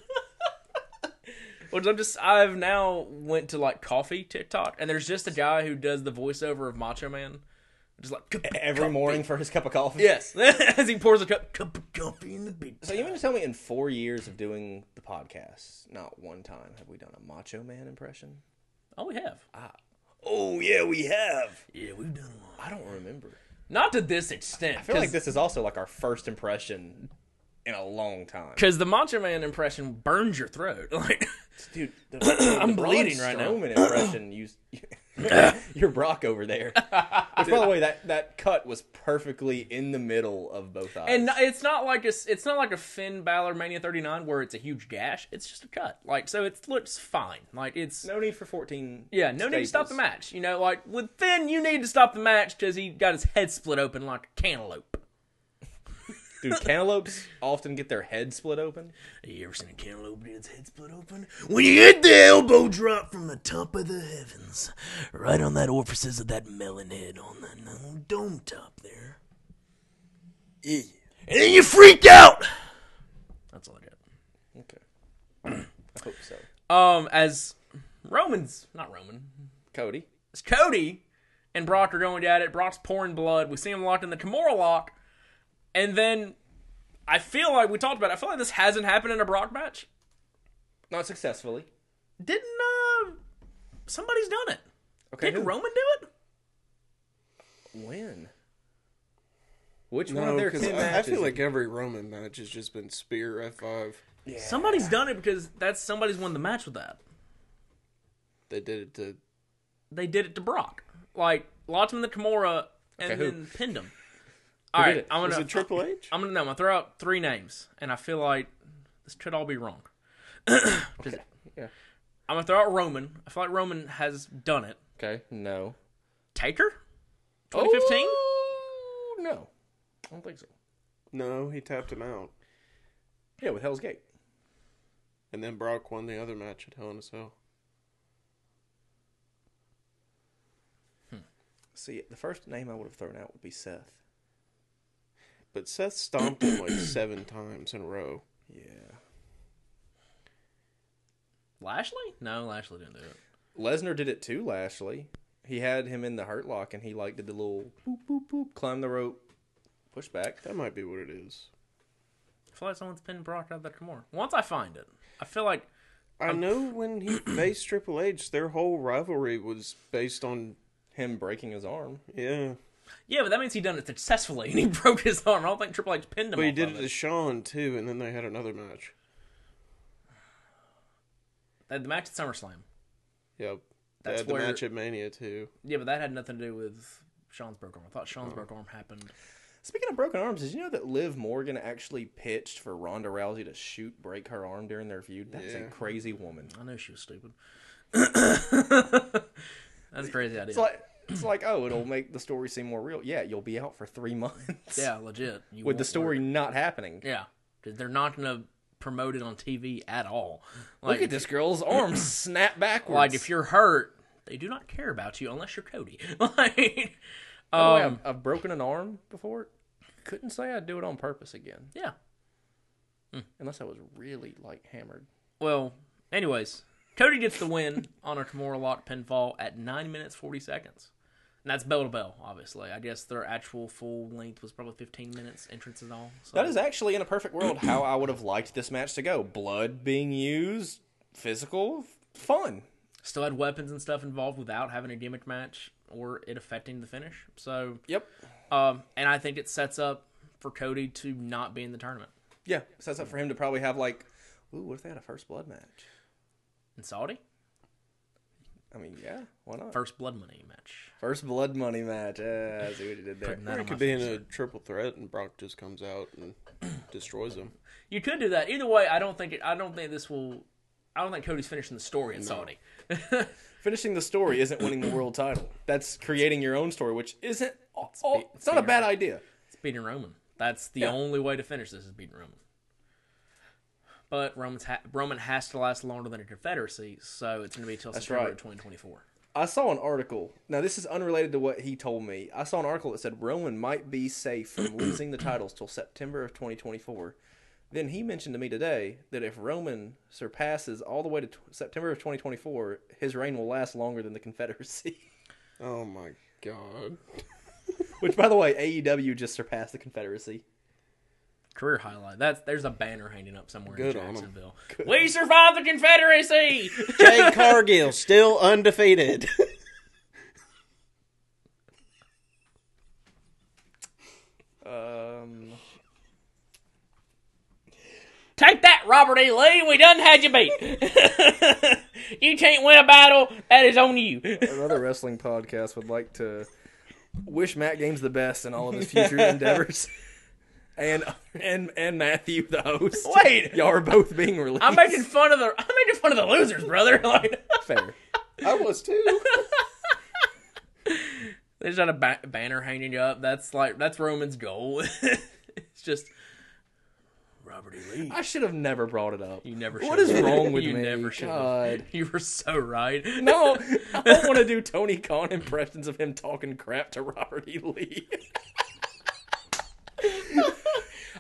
Speaker 6: Which I'm just I've now went to like coffee TikTok and there's just a guy who does the voiceover of Macho Man. Just like cup of
Speaker 3: Every
Speaker 6: coffee.
Speaker 3: morning for his cup of coffee.
Speaker 6: Yes. As he pours a cup
Speaker 1: Cup of coffee in the big
Speaker 3: So
Speaker 1: time.
Speaker 3: you mean to tell me in four years of doing the podcast, not one time have we done a Macho Man impression?
Speaker 6: Oh we have.
Speaker 1: Oh yeah, we have. Yeah, we've done a lot.
Speaker 3: I don't remember.
Speaker 6: Not to this extent.
Speaker 3: I feel like this is also like our first impression in a long time.
Speaker 6: because the Macho Man impression burns your throat. Like
Speaker 3: Dude, the,
Speaker 6: I'm
Speaker 3: Braun
Speaker 6: bleeding right now.
Speaker 3: Strowman impression, you, you're Brock over there. Which, by the way, that, that cut was perfectly in the middle of both eyes.
Speaker 6: And it's not like a, it's not like a Finn Balor Mania 39 where it's a huge gash. It's just a cut. Like so it looks fine. Like it's
Speaker 3: no need for 14.
Speaker 6: Yeah, no need to stop the
Speaker 3: staples.
Speaker 6: match. You know, like with Finn, you need to stop the match because he got his head split open like a cantaloupe.
Speaker 3: Dude, cantaloupes often get their head split open.
Speaker 1: You ever seen a cantaloupe get its head split open? When you get the elbow drop from the top of the heavens, right on that orifices of that melon head on that little dome top there. Yeah. And then you freak out.
Speaker 6: That's all I
Speaker 3: Okay. I hope so.
Speaker 6: got. Um, as Roman's not Roman,
Speaker 3: Cody.
Speaker 6: as Cody and Brock are going at it. Brock's pouring blood. We see him locked in the Kimura lock, and then I feel like we talked about. It, I feel like this hasn't happened in a Brock match.
Speaker 3: Not successfully.
Speaker 6: Didn't uh, somebody's done it?
Speaker 3: Okay.
Speaker 6: Did
Speaker 3: who-
Speaker 6: Roman do it?
Speaker 3: When? Which one
Speaker 2: No,
Speaker 3: of their
Speaker 2: 'cause
Speaker 3: ten
Speaker 2: I, I
Speaker 3: matches?
Speaker 2: feel like every Roman match has just been spear F5.
Speaker 6: Somebody's done it because that's somebody's won the match with that.
Speaker 2: They did it to.
Speaker 6: they did it to Brock. Like locked him in the Kimura and
Speaker 3: Okay, who?
Speaker 6: then pinned him. All right,
Speaker 3: did it?
Speaker 6: I'm
Speaker 2: Was
Speaker 6: gonna
Speaker 2: it Triple H?
Speaker 6: I'm gonna no, I'm gonna throw out three names, and I feel like this could all be wrong. Just-
Speaker 3: yeah.
Speaker 6: I'm gonna throw out Roman. I feel like Roman has done it.
Speaker 3: okay, no,
Speaker 6: Taker, 2015.
Speaker 3: Oh, no, I don't think so.
Speaker 2: No, he tapped him out.
Speaker 3: Yeah, with Hell's Gate.
Speaker 2: And then Brock won the other match at Hell in a Cell.
Speaker 3: See, the first name I would have thrown out would be Seth.
Speaker 2: But Seth stomped him like seven times in a row.
Speaker 3: Yeah,
Speaker 6: Lashley? No, Lashley didn't do it.
Speaker 3: Lesnar did it too. Lashley, he had him in the Hurt Lock, and he like did the little boop boop boop, climb the rope, push back.
Speaker 2: That might be what it is.
Speaker 6: I feel like someone's pinned Brock out of that Kimura. Once I find it, I feel like
Speaker 2: I know when he faced Triple H, their whole rivalry was based on
Speaker 3: Him breaking his arm.
Speaker 2: yeah.
Speaker 6: yeah, but that means he done it successfully and he broke his arm. I don't think Triple H pinned him.
Speaker 2: But he
Speaker 6: off
Speaker 2: did
Speaker 6: of
Speaker 2: it to Sean too, and then they had another match.
Speaker 6: They had The match at SummerSlam.
Speaker 2: Yep. They
Speaker 6: That's
Speaker 2: had the
Speaker 6: where-
Speaker 2: match at Mania too.
Speaker 6: Yeah, but that had nothing to do with Sean's broke arm. I thought Sean's broke arm happened.
Speaker 3: Speaking of broken arms, did you know that Liv Morgan actually pitched for Ronda Rousey to shoot break her arm during their feud? That's a crazy woman.
Speaker 6: I knew she was stupid. That's a crazy idea.
Speaker 3: It's like it's like oh, it'll make the story seem more real. Yeah, you'll be out for three months.
Speaker 6: yeah, legit. You
Speaker 3: With the
Speaker 6: won't
Speaker 3: story not happening.
Speaker 6: work. Yeah, 'Cause they're not gonna promote it on TV at all.
Speaker 3: Look
Speaker 6: Like,
Speaker 3: at this girl's arm snap backwards.
Speaker 6: like if you're hurt, they do not care about you unless you're Cody. like,
Speaker 3: By the way,
Speaker 6: um,
Speaker 3: I've, I've broken an arm before. Couldn't say I'd do it on purpose again,
Speaker 6: yeah.
Speaker 3: unless I was really like hammered.
Speaker 6: Well, anyways, Cody gets the win on a Kimura lock pinfall at 9 minutes 40 seconds. And that's bell to bell, obviously. I guess their actual full length was probably 15 minutes, entrance and all. So.
Speaker 3: That is actually in a perfect world how I would have liked this match to go. Blood being used, physical, fun.
Speaker 6: Still had weapons and stuff involved without having a gimmick match or it affecting the finish. So,
Speaker 3: Yep.
Speaker 6: um, and I think it sets up for Cody to not be in the tournament.
Speaker 3: Yeah. Sets up for him to probably have like, ooh, what if they had a first blood match?
Speaker 6: And Saudi,
Speaker 3: I mean, yeah, why not?
Speaker 6: first blood money match.
Speaker 3: First blood money match. Uh, I see what you did there.
Speaker 6: Putting that
Speaker 2: Or
Speaker 6: on
Speaker 2: it
Speaker 6: my
Speaker 2: could be in a triple threat, and Brock just comes out and destroys him.
Speaker 6: You could do that. Either way, I don't think it, I don't think this will. I don't think Cody's finishing the story in Saudi.
Speaker 3: Finishing the story isn't winning the world title. That's creating your own story, which isn't. all, it's not a bad idea.
Speaker 6: It's beating Roman. That's the only way to finish this is beating Roman. But Roman's ha- Roman has to last longer than a Confederacy, so it's going to be until September
Speaker 3: right.
Speaker 6: of 2024.
Speaker 3: I saw an article. Now this is unrelated to what he told me. I saw an article that said Roman might be safe from losing the titles till September of 2024. Then he mentioned to me today that if Roman surpasses all the way to t- September of 2024, his reign will last longer than the Confederacy.
Speaker 2: Oh my god.
Speaker 3: Which, by the way, AEW just surpassed the Confederacy.
Speaker 6: Career highlight. That's there's a banner hanging up somewhere
Speaker 2: Good
Speaker 6: in
Speaker 2: on 'em.
Speaker 6: Jacksonville. We survived the Confederacy.
Speaker 2: Jay Cargill still undefeated.
Speaker 3: Um,
Speaker 6: Take that, Robert E. Lee. We done had you beat. you can't win a battle. That is on you.
Speaker 3: another wrestling podcast would like to wish Matt Games the best in all of his future endeavors. And and and Matthew, the host.
Speaker 6: Wait.
Speaker 3: y'all are both being released.
Speaker 6: I'm making fun of the I'm making fun of the losers, brother. Like
Speaker 3: fair.
Speaker 2: I was too.
Speaker 6: There's not a ba- banner hanging up. That's like that's Roman's goal. it's just Robert E. Lee.
Speaker 3: I should have never brought it up.
Speaker 6: You never.
Speaker 3: What
Speaker 6: should've.
Speaker 3: is wrong with
Speaker 6: you
Speaker 3: me?
Speaker 6: You never should.
Speaker 3: God.
Speaker 6: You were so right.
Speaker 3: No, I don't want to do Tony Khan impressions of him talking crap to Robert E. Lee.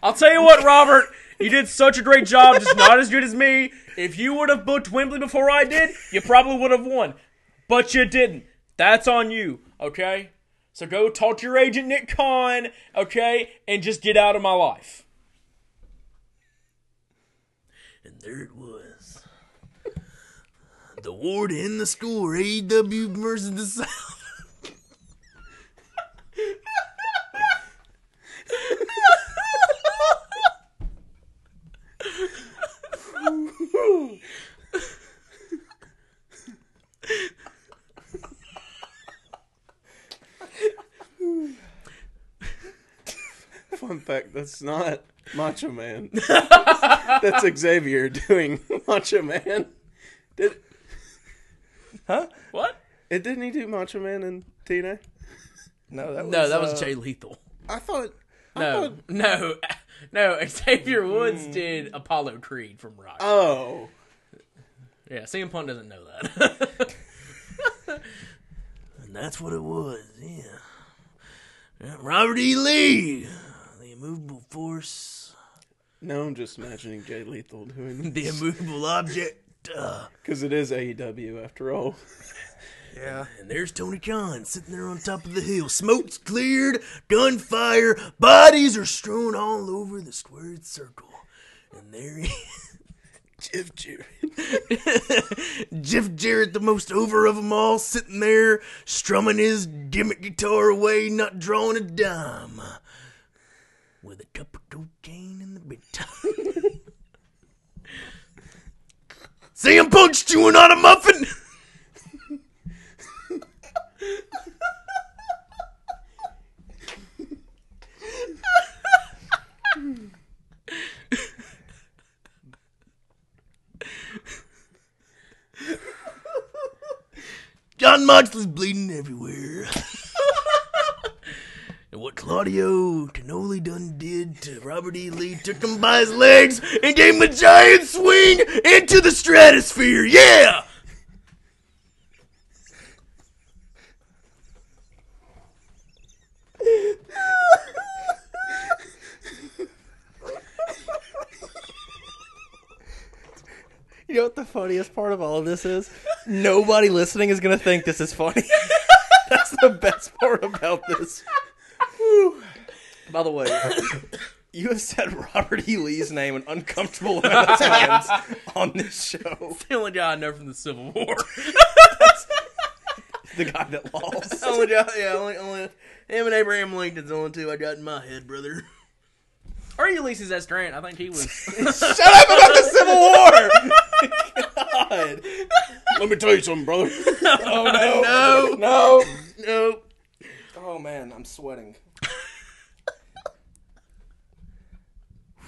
Speaker 6: I'll tell you what, Robert. You did such a great job, just not as good as me. If you would have booked Wembley before I did, you probably would have won. But you didn't. That's on you, okay? So go talk to your agent, Nick Khan, okay? And just get out of my life.
Speaker 1: And there it was. The ward in the score, AEW versus the South.
Speaker 2: Fun fact that's not Macho Man. that's Xavier doing Macho Man. Did
Speaker 6: What?
Speaker 2: it didn't he do Macho Man in TNA?
Speaker 3: No, that was,
Speaker 6: No, that was
Speaker 3: uh,
Speaker 6: Jay Lethal.
Speaker 2: I thought
Speaker 6: No, no, no. Xavier Woods did Apollo Creed from Rock.
Speaker 2: Oh.
Speaker 6: yeah, CM Punk doesn't know that.
Speaker 1: And that's what it was, yeah. Yeah, Robert E. Lee, the immovable force,
Speaker 2: Now I'm just imagining Jay Lethal doing
Speaker 1: the immovable object. Uh,
Speaker 2: because it is AEW after all.
Speaker 1: and there's Tony Khan sitting there on top of the hill. Smoke's cleared, gunfire, bodies are strewn all over the squared circle. And there he
Speaker 2: Jeff Jarrett.
Speaker 1: Jeff Jarrett, the most over of them all, sitting there strumming his gimmick guitar away, not drawing a dime. With a cup of cocaine in the big time. Sam Punk's chewing on a muffin! Moxley's bleeding everywhere. and what Claudio Canoli done did to Robert E. Lee took him by his legs and gave him a giant swing into the stratosphere. Yeah!
Speaker 3: You know what the funniest part of all of this is? Nobody listening is gonna think this is funny. That's the best part about this. Whew. By the way, you have said Robert E. Lee's name an uncomfortable amount of times on this show.
Speaker 6: The only guy I know from the Civil War.
Speaker 3: The guy that lost.
Speaker 1: only got, yeah, only, only him and Abraham Lincoln's the only two I got in my head, brother.
Speaker 6: or Ulysses S. Grant. I think he was.
Speaker 3: Shut up about the Civil War! God.
Speaker 2: Let me tell you something, brother.
Speaker 3: Oh
Speaker 1: No.
Speaker 3: no. No.
Speaker 1: Nope.
Speaker 3: Oh man, I'm sweating.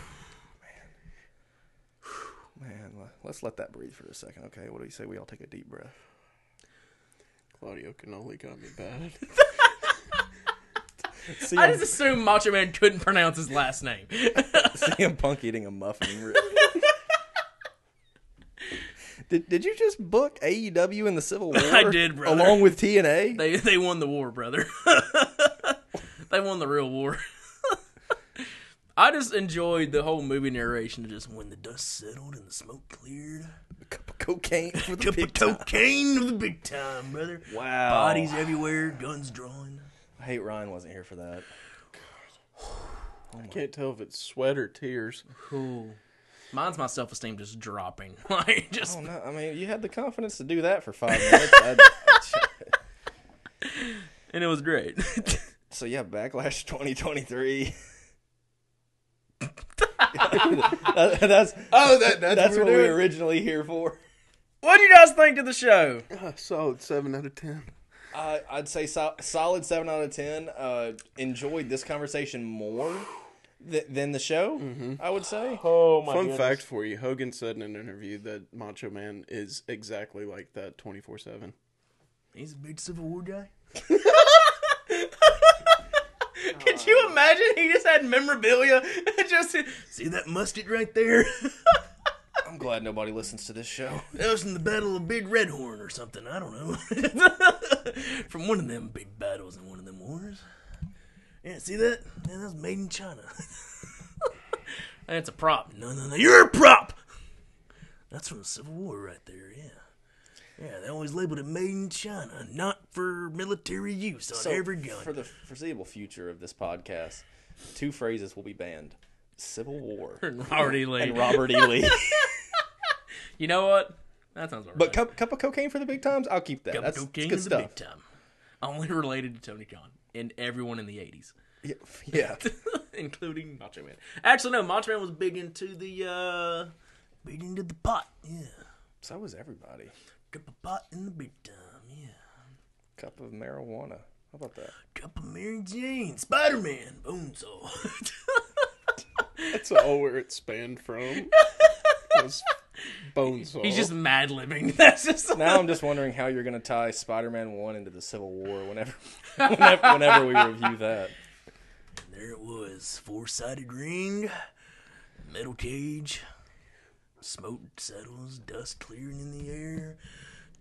Speaker 3: man. Man, le- let's let that breathe for a second, okay? What do you say we all take a deep breath?
Speaker 2: Claudio Canoli got me bad.
Speaker 6: I
Speaker 3: CM,
Speaker 6: just assumed Macho Man couldn't pronounce his last name.
Speaker 3: CM Punk eating a muffin. did, did you just book AEW in the Civil War?
Speaker 6: I did, brother.
Speaker 3: Along with TNA?
Speaker 6: they they won the war, brother. they won the real war. I just enjoyed the whole movie narration of just when the dust settled and the smoke cleared.
Speaker 3: Cup of cocaine for the
Speaker 1: Cup
Speaker 3: big
Speaker 1: of
Speaker 3: time.
Speaker 1: cocaine of the big time, brother.
Speaker 3: Wow.
Speaker 1: Bodies everywhere, guns drawn.
Speaker 3: I hate Ryan wasn't here for that.
Speaker 2: I can't tell if it's sweat or tears.
Speaker 6: Cool. Mine's my self esteem just dropping. Like just
Speaker 3: Oh, no, I mean, you had the confidence to do that for five minutes. I'd-
Speaker 6: and it was great.
Speaker 3: So yeah, Backlash 2023. That- that's
Speaker 2: Oh, that, that's,
Speaker 3: that's what we were
Speaker 2: we're
Speaker 3: originally here for.
Speaker 6: what do you guys think of the show?
Speaker 2: doing. Ah, Solid seven out of ten.
Speaker 3: I I'd say so, solid seven out of ten. Uh, enjoyed this conversation more th- than the show.
Speaker 1: Mm-hmm.
Speaker 3: I would say.
Speaker 6: Oh
Speaker 2: Fun fact for you: Hogan said in an interview that Macho Man is exactly like that twenty four seven.
Speaker 6: He's a big Civil War guy. Could you imagine? He just had memorabilia. just
Speaker 1: See that mustard right there?
Speaker 3: I'm glad nobody listens to this show.
Speaker 1: That was in the Battle of Big Red Horn or something. I don't know. From one of them big battles in one of them wars. Yeah, see that? Yeah, that was made in China.
Speaker 6: That's a prop.
Speaker 1: No, no, no. You're a prop! That's from the Civil War right there, yeah. Yeah, they always labeled it made in China, not for military use on
Speaker 3: So,
Speaker 1: every gun.
Speaker 3: for the foreseeable future of this podcast, two phrases will be banned: Civil War
Speaker 6: Robert E. Lee.
Speaker 3: and Robert E. Lee.
Speaker 6: You know what? That sounds about
Speaker 3: but
Speaker 6: right.
Speaker 3: cup cup of cocaine for the big times. I'll keep that.
Speaker 6: Cup
Speaker 3: that's,
Speaker 6: of
Speaker 3: that's
Speaker 6: cocaine
Speaker 3: good
Speaker 6: is
Speaker 3: stuff.
Speaker 6: the big time. Only related to Tony Khan and everyone in the eighties,
Speaker 3: Yeah, yeah.
Speaker 6: including Macho Man. Actually, no, Macho Man was big into the uh,
Speaker 1: Beat into the pot, yeah.
Speaker 3: So was everybody.
Speaker 1: Cup of pot in the big time, yeah.
Speaker 3: Cup of marijuana. How about that?
Speaker 1: Cup of Mary Jane, Spider Man, Bonesaw.
Speaker 2: That's all where it spanned from. Was Bonesaw.
Speaker 6: he's just mad living. That's just
Speaker 3: Now I'm just wondering how you're gonna tie Spider-Man One into the Civil War whenever, whenever, whenever we review that.
Speaker 1: There it was. Four sided ring, metal cage, smoke settles, dust clearing in the air.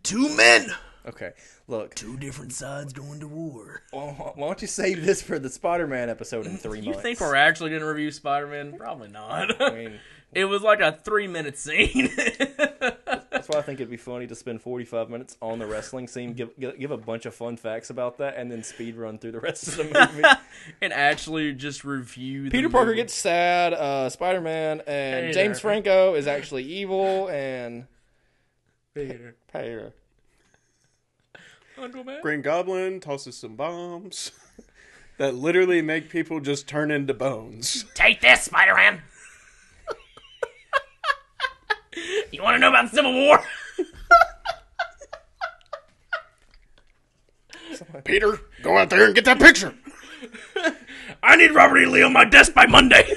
Speaker 1: Two men,
Speaker 3: Okay, look.
Speaker 1: two different sides going to war.
Speaker 3: Why why don't you save this for the Spider-Man episode in three
Speaker 6: You
Speaker 3: months?
Speaker 6: think we're actually going to review Spider Man? Probably not.
Speaker 3: I mean,
Speaker 6: it was like a three minute scene.
Speaker 3: that's why I think it'd be funny to spend 45 minutes on the wrestling scene, give give give a bunch of fun facts about that, and then speed run through the rest of the movie.
Speaker 6: and actually just review the
Speaker 3: Peter Parker
Speaker 6: movie.
Speaker 3: gets sad. Uh, Spider-Man and
Speaker 6: Hey
Speaker 3: James
Speaker 6: there.
Speaker 3: Franco is actually evil, and
Speaker 6: Peter.
Speaker 3: Peter.
Speaker 6: Uncle Man.
Speaker 2: Green Goblin tosses some bombs that literally make people just turn into bones.
Speaker 6: Take this, Spider Man! you want to know about the Civil War?
Speaker 2: Peter, go out there and get that picture.
Speaker 6: I need Robert E. Lee on my desk by Monday!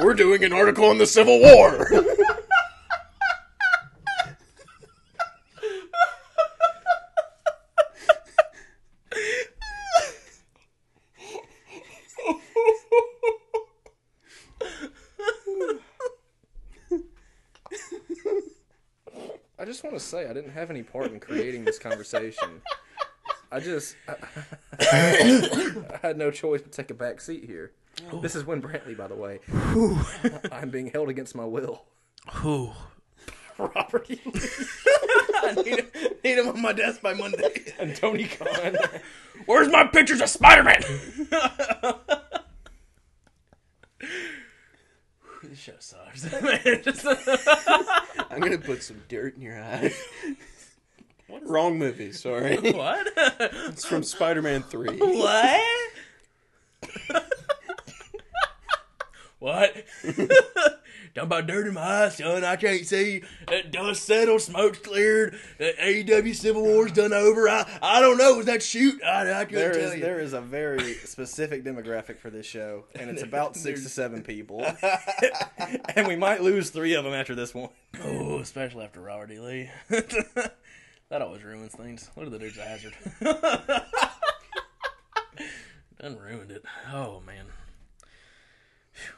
Speaker 2: We're doing an article on the Civil War.
Speaker 3: just want to say I didn't have any part in creating this conversation. I just I, I had no choice but take a back seat here. This is Win Brantley, by the way. I'm being held against my will.
Speaker 2: Who?
Speaker 6: Robert E. Lee.
Speaker 7: Need him on my desk by Monday.
Speaker 6: and Tony Khan.
Speaker 2: Where's my pictures of Spider Man?
Speaker 6: this show sucks.
Speaker 2: I'm gonna put some dirt in your eye.
Speaker 6: What is-
Speaker 2: Wrong movie, sorry.
Speaker 6: what?
Speaker 2: It's from Spider Man 3.
Speaker 6: What? what? Talking about dirt in my eyes, son. I can't see. That dust settled, smoke's cleared. That AEW Civil War's done over. I, I don't know. Was that shoot? I, I couldn't
Speaker 3: There
Speaker 6: tell
Speaker 3: is
Speaker 6: you.
Speaker 3: there is a very specific demographic for this show, and it's about six to seven people, and we might lose three of them after this one.
Speaker 6: Oh, especially after Robert E. Lee. that always ruins things. Look at the dude's hazard. Done ruined it. Oh man. Phew.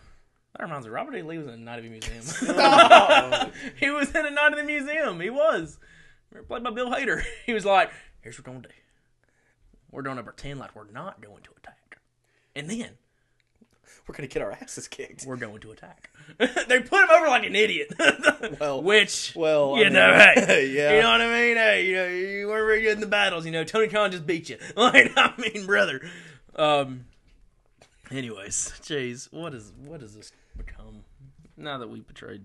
Speaker 6: That reminds me, Robert E. Lee was in a Night of the Museum. he was in a Night of the Museum. He was. We were Played by Bill Hader. He was like, here's what we're gonna do. We're gonna pretend like we're not going to attack. And then
Speaker 3: We're gonna get our asses kicked.
Speaker 6: we're going to attack. they put him over like an idiot.
Speaker 3: Well-
Speaker 6: which
Speaker 3: Well, I
Speaker 6: you
Speaker 3: mean,
Speaker 6: know, hey,
Speaker 3: yeah.
Speaker 6: you know what I mean. Hey, you know, you weren't very good in the battles. You know, Tony Khan just beat you. Like, I mean, brother. Um. Anyways, jeez, what is what has this become? Now that we betrayed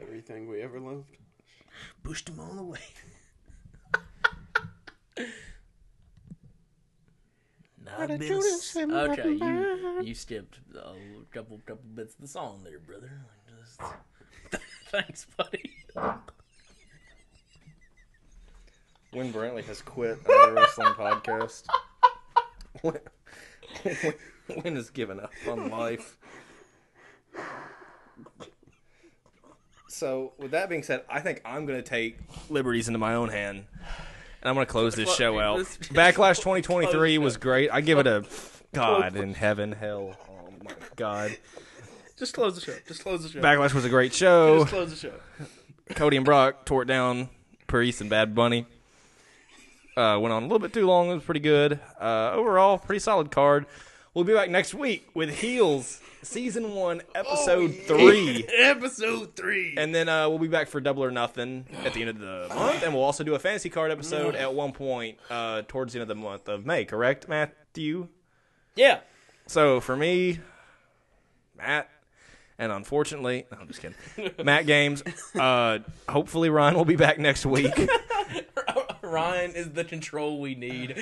Speaker 2: Everything we ever loved.
Speaker 6: pushed him all away. Not been a s- okay, you, you skipped a couple couple bits of the song there, brother. Like, Just... Thanks, buddy.
Speaker 3: Win Brantley has quit on the wrestling podcast. Win, Win, Win has given up on life. So, with that being said, I think I'm going to take liberties into my own hand. And I'm going to close this show out.
Speaker 6: this-
Speaker 3: Backlash 2023 was great. I give it a God in heaven, hell. Oh my God.
Speaker 6: Just close the show. Just close the show.
Speaker 3: Backlash was a great show.
Speaker 6: Just close the show.
Speaker 3: Cody and Brock tore it down. Priest and Bad Bunny uh, went on a little bit too long. It was pretty good uh, overall. Pretty solid card. We'll be back next week with Heels Season One, Episode Three,
Speaker 7: Episode three.
Speaker 3: and then uh, we'll be back for Double or Nothing at the end of the month, and we'll also do a fantasy card episode at one point uh, towards the end of the month of May. Correct, Matthew?
Speaker 6: Yeah.
Speaker 3: So for me, Matt, and unfortunately, no, I'm just kidding. Matt Games. Uh, hopefully Ryan will be back next week.
Speaker 6: Ryan is the control we need.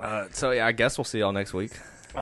Speaker 3: Uh, so yeah, I guess we'll see y'all next week.